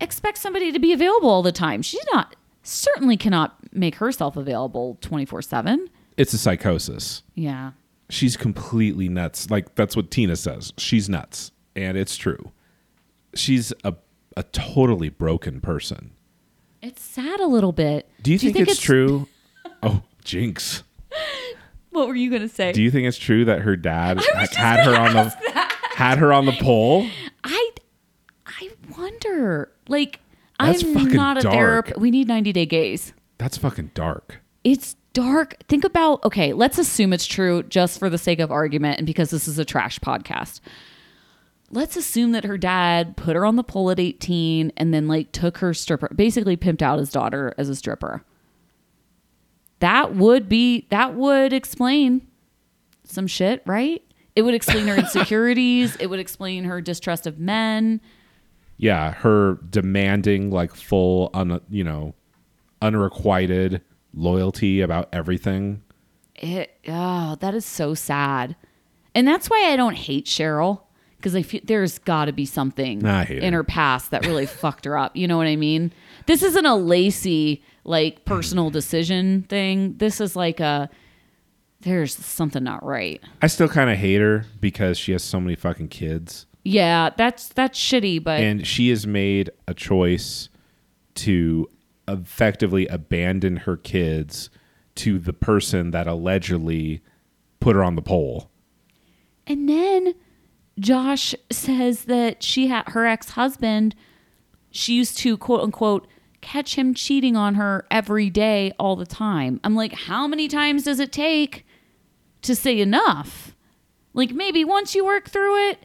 [SPEAKER 1] expect somebody to be available all the time? She's not certainly cannot make herself available twenty four seven.
[SPEAKER 2] It's a psychosis.
[SPEAKER 1] Yeah,
[SPEAKER 2] She's completely nuts. Like that's what Tina says. She's nuts. And it's true. She's a a totally broken person.
[SPEAKER 1] it's sad a little bit.
[SPEAKER 2] Do you, think, it's, <laughs> true? Oh, jinx.
[SPEAKER 1] What were you gonna say?
[SPEAKER 2] Do you think it's true that her <laughs> dad had her on the had her on the pole?
[SPEAKER 1] I I wonder. Like
[SPEAKER 2] That's
[SPEAKER 1] I'm
[SPEAKER 2] fucking
[SPEAKER 1] not a
[SPEAKER 2] dark.
[SPEAKER 1] therapist. We need 90 day gaze.
[SPEAKER 2] That's fucking dark.
[SPEAKER 1] It's dark. Think about okay, let's assume it's true just for the sake of argument and because this is a trash podcast. Let's assume that her dad put her on the pole at 18 and then like took her stripper, basically pimped out his daughter as a stripper. That would be that would explain some shit, right? It would explain her insecurities, it would explain her distrust of men.
[SPEAKER 2] yeah, her demanding like full un you know unrequited loyalty about everything.
[SPEAKER 1] it oh that is so sad and that's why i don't hate cheryl because i feel there's got to be something
[SPEAKER 2] I hate
[SPEAKER 1] in
[SPEAKER 2] her.
[SPEAKER 1] her past that really <laughs> fucked her up you know what i mean this isn't a lacy like
[SPEAKER 2] <clears throat>
[SPEAKER 1] personal decision thing this is like a there's something not right
[SPEAKER 2] I still kind of hate her because she has so many fucking kids
[SPEAKER 1] yeah that's that's shitty but
[SPEAKER 2] and she has made a choice to effectively abandon her kids to the person that allegedly put her on the pole.
[SPEAKER 1] and then josh says that she had her ex-husband she used to quote unquote catch him cheating on her every day all the time i'm like how many times does it take to say enough like maybe once you work through it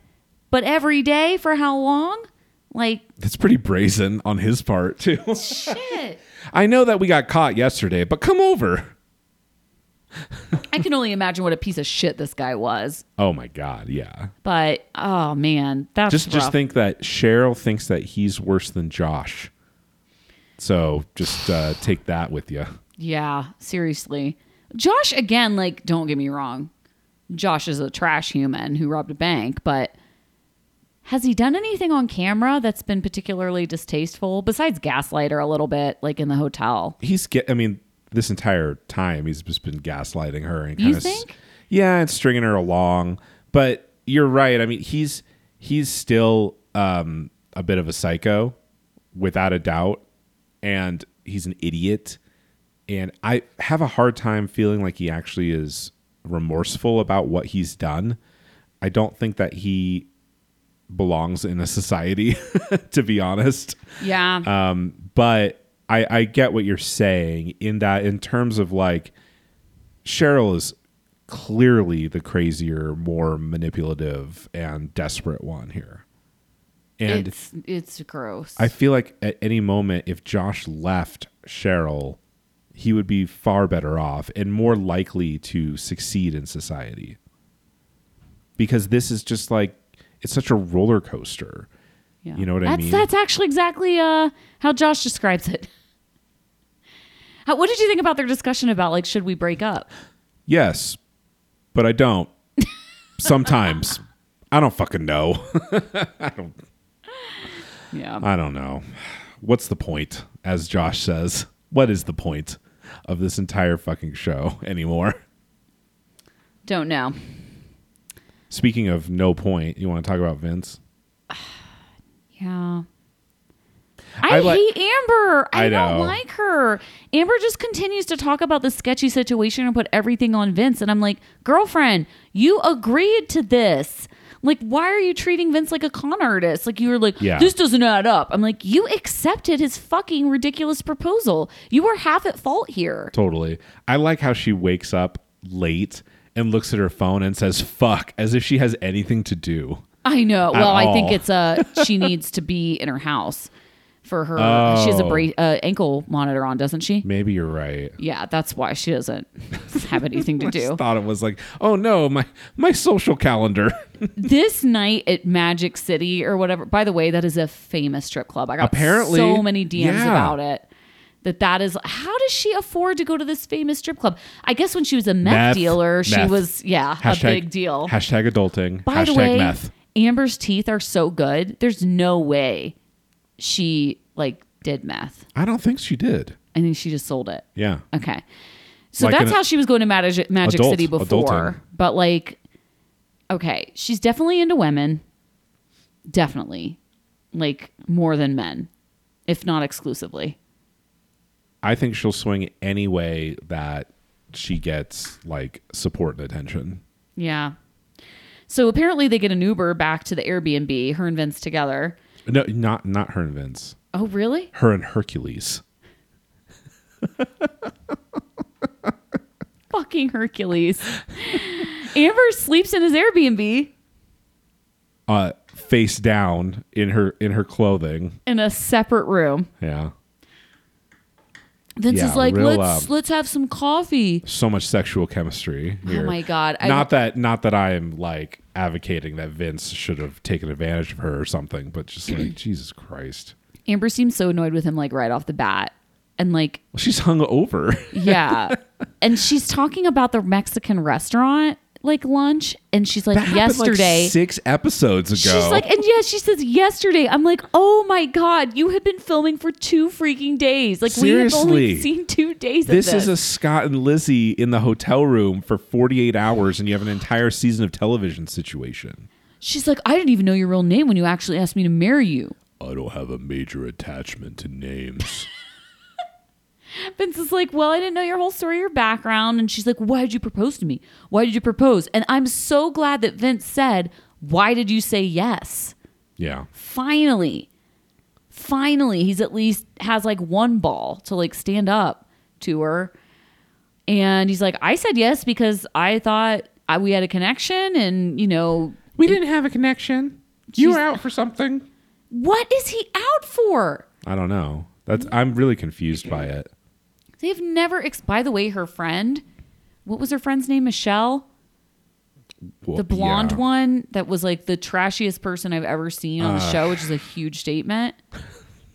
[SPEAKER 1] but every day for how long like
[SPEAKER 2] That's pretty brazen on his
[SPEAKER 1] <laughs>
[SPEAKER 2] part, too.
[SPEAKER 1] shit
[SPEAKER 2] I know that we got caught yesterday, but come over.
[SPEAKER 1] I can only imagine what a piece of shit this guy was.
[SPEAKER 2] Oh my god, yeah.
[SPEAKER 1] But oh man, that's
[SPEAKER 2] Just just
[SPEAKER 1] rough.
[SPEAKER 2] think that Cheryl thinks that he's worse than Josh. So just uh, take that with you.
[SPEAKER 1] Yeah, seriously. Josh, again, like, don't get me wrong. Josh is a trash human who robbed a bank, but has he done anything on camera that's been particularly distasteful besides gaslighter a little bit, like in the hotel?
[SPEAKER 2] He's get. I mean, this entire time he's just been gaslighting her and
[SPEAKER 1] You
[SPEAKER 2] kind of.
[SPEAKER 1] think?
[SPEAKER 2] Yeah, and stringing her along. But you're right. I mean, he's he's still um, a bit of a psycho, without a doubt, and he's an idiot. And I have a hard time feeling like he actually is remorseful about what he's done. I don't think that he belongs in a society, <laughs> to be honest.
[SPEAKER 1] Yeah.
[SPEAKER 2] Um, but I, I get what you're saying in that in terms of like Cheryl is clearly the crazier, more manipulative and desperate one here. And
[SPEAKER 1] it's it's gross.
[SPEAKER 2] I feel like at any moment if Josh left Cheryl, he would be far better off and more likely to succeed in society. Because this is just like it's such a roller coaster.
[SPEAKER 1] Yeah.
[SPEAKER 2] You know what I
[SPEAKER 1] that's,
[SPEAKER 2] mean?
[SPEAKER 1] That's actually exactly uh, how Josh describes it. How, what did you think about their discussion about like should we break up?
[SPEAKER 2] Yes, but I don't. Sometimes. I don't fucking know.
[SPEAKER 1] Yeah.
[SPEAKER 2] I don't know. What's the point, as Josh says? What is the point of this entire fucking show anymore?
[SPEAKER 1] Don't know.
[SPEAKER 2] Speaking of no point, you want to talk about Vince?
[SPEAKER 1] Yeah. I,
[SPEAKER 2] I like-
[SPEAKER 1] hate Amber. I,
[SPEAKER 2] I
[SPEAKER 1] don't
[SPEAKER 2] know.
[SPEAKER 1] like her. Amber just continues to talk about the sketchy situation and put everything on Vince. And I'm like, girlfriend, you agreed to this. Like, why are you treating Vince like a con artist? Like, you were like,
[SPEAKER 2] Yeah.
[SPEAKER 1] this doesn't add up. I'm like, you accepted his fucking ridiculous proposal. You were half at fault here.
[SPEAKER 2] Totally. I like how she wakes up late and looks at her phone and says, fuck, as if she has anything to do.
[SPEAKER 1] I know.
[SPEAKER 2] At
[SPEAKER 1] Well, I think
[SPEAKER 2] all.
[SPEAKER 1] it's uh she needs to be in her house for her. She has a
[SPEAKER 2] Oh.
[SPEAKER 1] bra- uh, ankle monitor on, doesn't she?
[SPEAKER 2] Maybe you're right.
[SPEAKER 1] Yeah, that's why she doesn't <laughs> have anything
[SPEAKER 2] <laughs>
[SPEAKER 1] to
[SPEAKER 2] I just
[SPEAKER 1] do.
[SPEAKER 2] thought it was like, oh no, my my social calendar.
[SPEAKER 1] This night at Magic City or whatever. By the way, that is a famous strip club. I got
[SPEAKER 2] Apparently,
[SPEAKER 1] so many DMs
[SPEAKER 2] yeah.
[SPEAKER 1] about it. That that is how does she afford to go to this famous strip club? I guess when she was a meth,
[SPEAKER 2] Meth,
[SPEAKER 1] dealer, she
[SPEAKER 2] meth.
[SPEAKER 1] was yeah a big deal.
[SPEAKER 2] Hashtag adulting.
[SPEAKER 1] By
[SPEAKER 2] hashtag
[SPEAKER 1] the way,
[SPEAKER 2] meth.
[SPEAKER 1] Amber's teeth are so good. There's no way she like did meth.
[SPEAKER 2] I don't think she did.
[SPEAKER 1] I think she just sold it.
[SPEAKER 2] Yeah.
[SPEAKER 1] Okay. So
[SPEAKER 2] Like
[SPEAKER 1] that's
[SPEAKER 2] an-
[SPEAKER 1] how she was going to Magic, Magic
[SPEAKER 2] Adult-
[SPEAKER 1] City before.
[SPEAKER 2] adulting.
[SPEAKER 1] But like, okay, she's definitely into women. Definitely. Like more than men, if not exclusively.
[SPEAKER 2] I think she'll swing any way that she gets like support and attention.
[SPEAKER 1] Yeah. So apparently they get an Uber back to the Airbnb, her and Vince together.
[SPEAKER 2] No, not not her and Vince.
[SPEAKER 1] Oh, really?
[SPEAKER 2] Her and Hercules.
[SPEAKER 1] Fucking Hercules. Amber sleeps in his Airbnb
[SPEAKER 2] Uh face down in her in her clothing.
[SPEAKER 1] in a separate room.
[SPEAKER 2] Yeah.
[SPEAKER 1] Vince
[SPEAKER 2] Yeah,
[SPEAKER 1] is like,
[SPEAKER 2] real,
[SPEAKER 1] let's
[SPEAKER 2] um,
[SPEAKER 1] let's have some coffee.
[SPEAKER 2] So much sexual chemistry here.
[SPEAKER 1] Oh my God, I-
[SPEAKER 2] not that not that I am like advocating that Vince should have taken advantage of her or something, but just <clears throat> like Jesus Christ.
[SPEAKER 1] Amber seems so annoyed with him like right off the bat. And like,
[SPEAKER 2] Well, she's hung over. <laughs>
[SPEAKER 1] yeah. and she's talking about the Mexican restaurant like lunch and she's like
[SPEAKER 2] That happened, like,
[SPEAKER 1] yesterday.
[SPEAKER 2] six episodes ago.
[SPEAKER 1] She's like, and yeah, she says yesterday. I'm like, oh my god, you had been filming for two freaking days. Like we have only
[SPEAKER 2] Seriously.
[SPEAKER 1] seen two days.
[SPEAKER 2] this
[SPEAKER 1] of this
[SPEAKER 2] is a Scott and Lizzie in the hotel room for 48 hours, and you have an entire season of television situation.
[SPEAKER 1] She's like, I didn't even know your real name when you actually asked me to marry you.
[SPEAKER 2] I don't have a major attachment to names.
[SPEAKER 1] Vince is like, Well, I didn't know your whole story, your background. And she's like, Why did you propose to me? Why did you propose? And I'm so glad that Vince said, Why did you say yes?
[SPEAKER 2] yeah.
[SPEAKER 1] Finally, finally, he's at least has like one ball to like stand up to her. And he's like, I said yes because I thought I, we had a connection. And, you know,
[SPEAKER 2] We didn't have a connection. You
[SPEAKER 1] She's-
[SPEAKER 2] were out for something.
[SPEAKER 1] what is he out for?
[SPEAKER 2] I don't know. That's I'm really confused by it.
[SPEAKER 1] They've never ex- by the way, her friend what was her friend's name? Michelle,
[SPEAKER 2] Well,
[SPEAKER 1] the blonde
[SPEAKER 2] yeah.
[SPEAKER 1] one that was like the trashiest person I've ever seen on the show, which is a huge statement.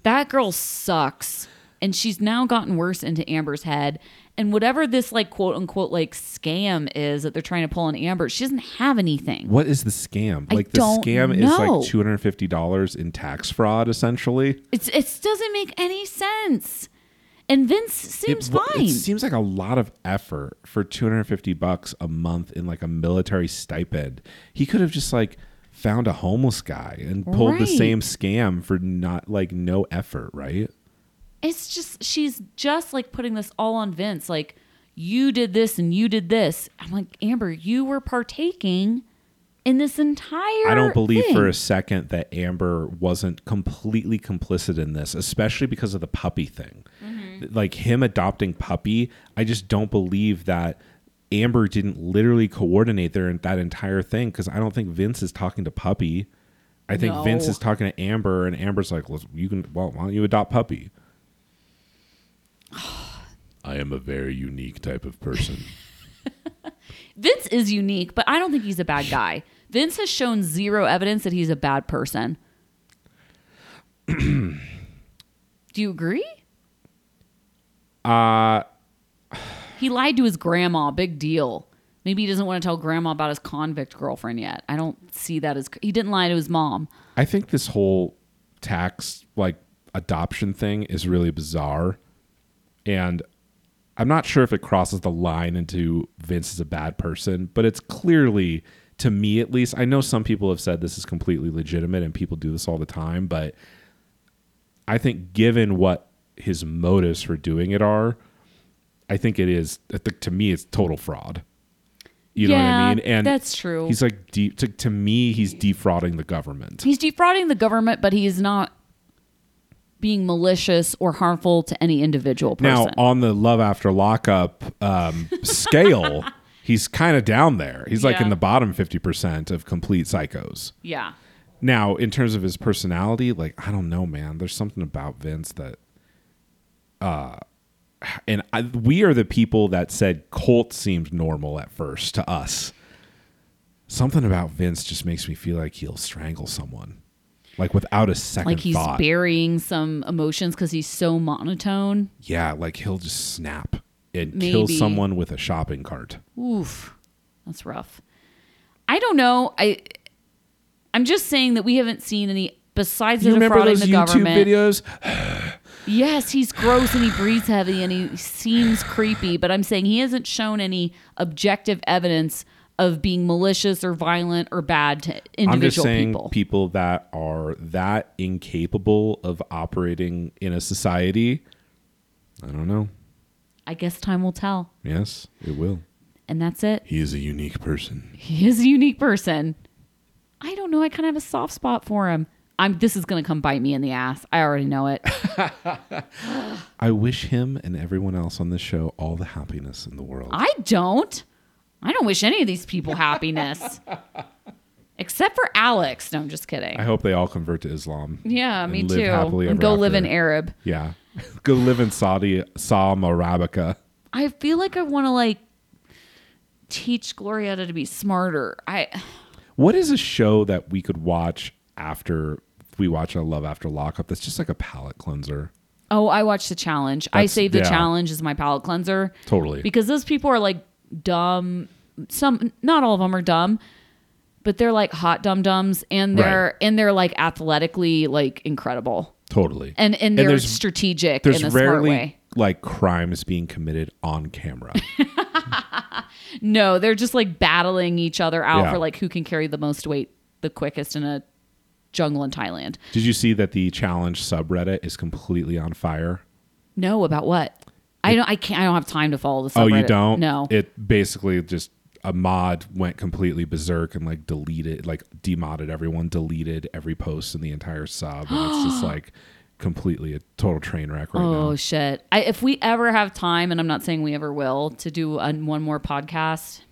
[SPEAKER 1] That girl sucks. And she's now gotten worse into Amber's head. And whatever this like quote unquote like scam is that they're trying to pull on Amber, she doesn't have anything.
[SPEAKER 2] What is the scam?
[SPEAKER 1] I
[SPEAKER 2] Like the
[SPEAKER 1] don't
[SPEAKER 2] scam is
[SPEAKER 1] know.
[SPEAKER 2] like two hundred fifty dollars in tax fraud, essentially.
[SPEAKER 1] It's it doesn't make any sense. And Vince seems
[SPEAKER 2] wa-
[SPEAKER 1] fine.
[SPEAKER 2] seems like a lot of effort for two hundred fifty bucks a month in like a military stipend. He could have just like found a homeless guy and pulled the
[SPEAKER 1] Right.
[SPEAKER 2] same scam for not like no effort, right?
[SPEAKER 1] it's just she's just like putting this all on Vince. Like you did this and you did this. I'm like Amber, you were partaking in this entire.
[SPEAKER 2] I don't believe
[SPEAKER 1] thing.
[SPEAKER 2] for a second that Amber wasn't completely complicit in this, especially because of the puppy thing.
[SPEAKER 1] Mm-hmm.
[SPEAKER 2] Like him adopting puppy, I just don't believe that Amber didn't literally coordinate their that entire thing because I don't think Vince is talking to puppy. I think
[SPEAKER 1] No.
[SPEAKER 2] Vince is talking to Amber, and Amber's like, well, "You can, well, why don't you
[SPEAKER 1] <sighs>
[SPEAKER 2] adopt puppy?" I am a very unique type of person.
[SPEAKER 1] Vince is unique, but I don't think he's a bad guy. Vince has shown zero evidence that he's a bad person. <clears throat> Do you agree? Uh he lied to his grandma, big deal. Maybe he doesn't want to tell grandma about his convict girlfriend yet. I don't see that as he didn't lie to his mom.
[SPEAKER 2] I think this whole tax like adoption thing is really bizarre. And I'm not sure if it crosses the line into Vince is a bad person, but it's clearly to me at least. I know some people have said this is completely legitimate and people do this all the time, but I think given what his motives for doing it are, I think it is I think to me it's total fraud. You know what
[SPEAKER 1] Yeah,
[SPEAKER 2] I mean? And
[SPEAKER 1] that's true.
[SPEAKER 2] He's like deep to, to me he's defrauding the government.
[SPEAKER 1] He's defrauding the government, but he is not being malicious or harmful to any individual person.
[SPEAKER 2] Now on the Love After Lockup um,
[SPEAKER 1] <laughs>
[SPEAKER 2] scale, he's kind of down there. He's like
[SPEAKER 1] Yeah.
[SPEAKER 2] in the bottom fifty percent of complete psychos.
[SPEAKER 1] yeah.
[SPEAKER 2] Now, in terms of his personality, like I don't know, man. There's something about Vince that, uh, and I, we are the people that said Colt seemed normal at first to us. Something about Vince just makes me feel like he'll strangle someone, like without a second
[SPEAKER 1] like he's
[SPEAKER 2] thought.
[SPEAKER 1] burying some emotions because he's so monotone.
[SPEAKER 2] yeah, like he'll just snap and kill
[SPEAKER 1] Maybe.
[SPEAKER 2] someone with a shopping cart.
[SPEAKER 1] Oof, that's rough. I don't know. I I'm just saying that we haven't seen any besides the defrauding the government.
[SPEAKER 2] videos?
[SPEAKER 1] Yes, he's gross and he breathes heavy and he seems creepy, but I'm saying he hasn't shown any objective evidence of being malicious or violent or bad to individual
[SPEAKER 2] I'm just saying
[SPEAKER 1] people.
[SPEAKER 2] people. that are that incapable of operating in a society. I don't know.
[SPEAKER 1] I guess time will tell.
[SPEAKER 2] Yes, it will.
[SPEAKER 1] And that's it.
[SPEAKER 2] He is a unique person.
[SPEAKER 1] he is a unique person. I don't know. I kind of have a soft spot for him. I'm. This is gonna come bite me in the ass. I already know
[SPEAKER 2] <laughs>
[SPEAKER 1] it.
[SPEAKER 2] I wish him and everyone else on this show all the happiness in the world.
[SPEAKER 1] I don't. I don't wish any of these people
[SPEAKER 2] <laughs>
[SPEAKER 1] happiness, except for Alex. No, I'm just kidding.
[SPEAKER 2] I hope they all convert to Islam.
[SPEAKER 1] yeah, me
[SPEAKER 2] and
[SPEAKER 1] too.
[SPEAKER 2] live happily
[SPEAKER 1] And
[SPEAKER 2] ever
[SPEAKER 1] go live in
[SPEAKER 2] after.
[SPEAKER 1] Arab.
[SPEAKER 2] Yeah. <laughs> go live in Saudi, Saam Arabica.
[SPEAKER 1] I feel like I want to like teach Glorietta to be smarter. I.
[SPEAKER 2] What is a show that we could watch after we watch I Love After Lockup that's just like a palate cleanser?
[SPEAKER 1] Oh, I watched the challenge. I
[SPEAKER 2] That's-
[SPEAKER 1] save the
[SPEAKER 2] yeah.
[SPEAKER 1] challenge as my palate cleanser.
[SPEAKER 2] Totally.
[SPEAKER 1] Because those people are like dumb. Some, not all of them are dumb, but they're like hot dum dums, and they're and they're like athletically like incredible,
[SPEAKER 2] Totally.
[SPEAKER 1] and and they're
[SPEAKER 2] there's-
[SPEAKER 1] strategic
[SPEAKER 2] There's
[SPEAKER 1] in a smart way.
[SPEAKER 2] rarely like crimes being committed on
[SPEAKER 1] <laughs>
[SPEAKER 2] camera.
[SPEAKER 1] No, they're just like battling each other out
[SPEAKER 2] Yeah.
[SPEAKER 1] for like who can carry the most weight the quickest in a jungle in Thailand.
[SPEAKER 2] Did you see that the challenge subreddit is completely on fire?
[SPEAKER 1] No, about what? I don't. I can't. I don't have time to follow the.
[SPEAKER 2] Oh, you
[SPEAKER 1] subreddit.
[SPEAKER 2] don't?
[SPEAKER 1] No.
[SPEAKER 2] It basically just a mod went completely berserk and like deleted, like demodded everyone, deleted every post in the entire sub. And
[SPEAKER 1] <gasps>
[SPEAKER 2] it's just like completely a total train wreck right
[SPEAKER 1] Oh
[SPEAKER 2] now.
[SPEAKER 1] shit! I, if we ever have time, and I'm not saying we ever will, to do a, one more podcast,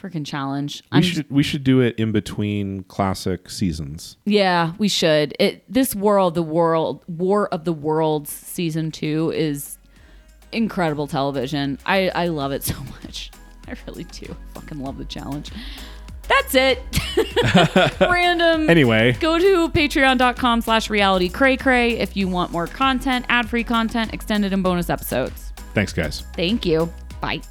[SPEAKER 1] freaking challenge.
[SPEAKER 2] We
[SPEAKER 1] I'm,
[SPEAKER 2] should we should do it in between classic seasons.
[SPEAKER 1] yeah, we should. It this world, the world, War of the Worlds season two is incredible television. I, I love it <laughs> so much. I really do. Fucking love the challenge. That's it.
[SPEAKER 2] <laughs>
[SPEAKER 1] Random.
[SPEAKER 2] Anyway.
[SPEAKER 1] Go to patreon.com slash reality cray cray if you want more content, ad free content, extended and bonus episodes.
[SPEAKER 2] Thanks, guys.
[SPEAKER 1] Thank you. Bye.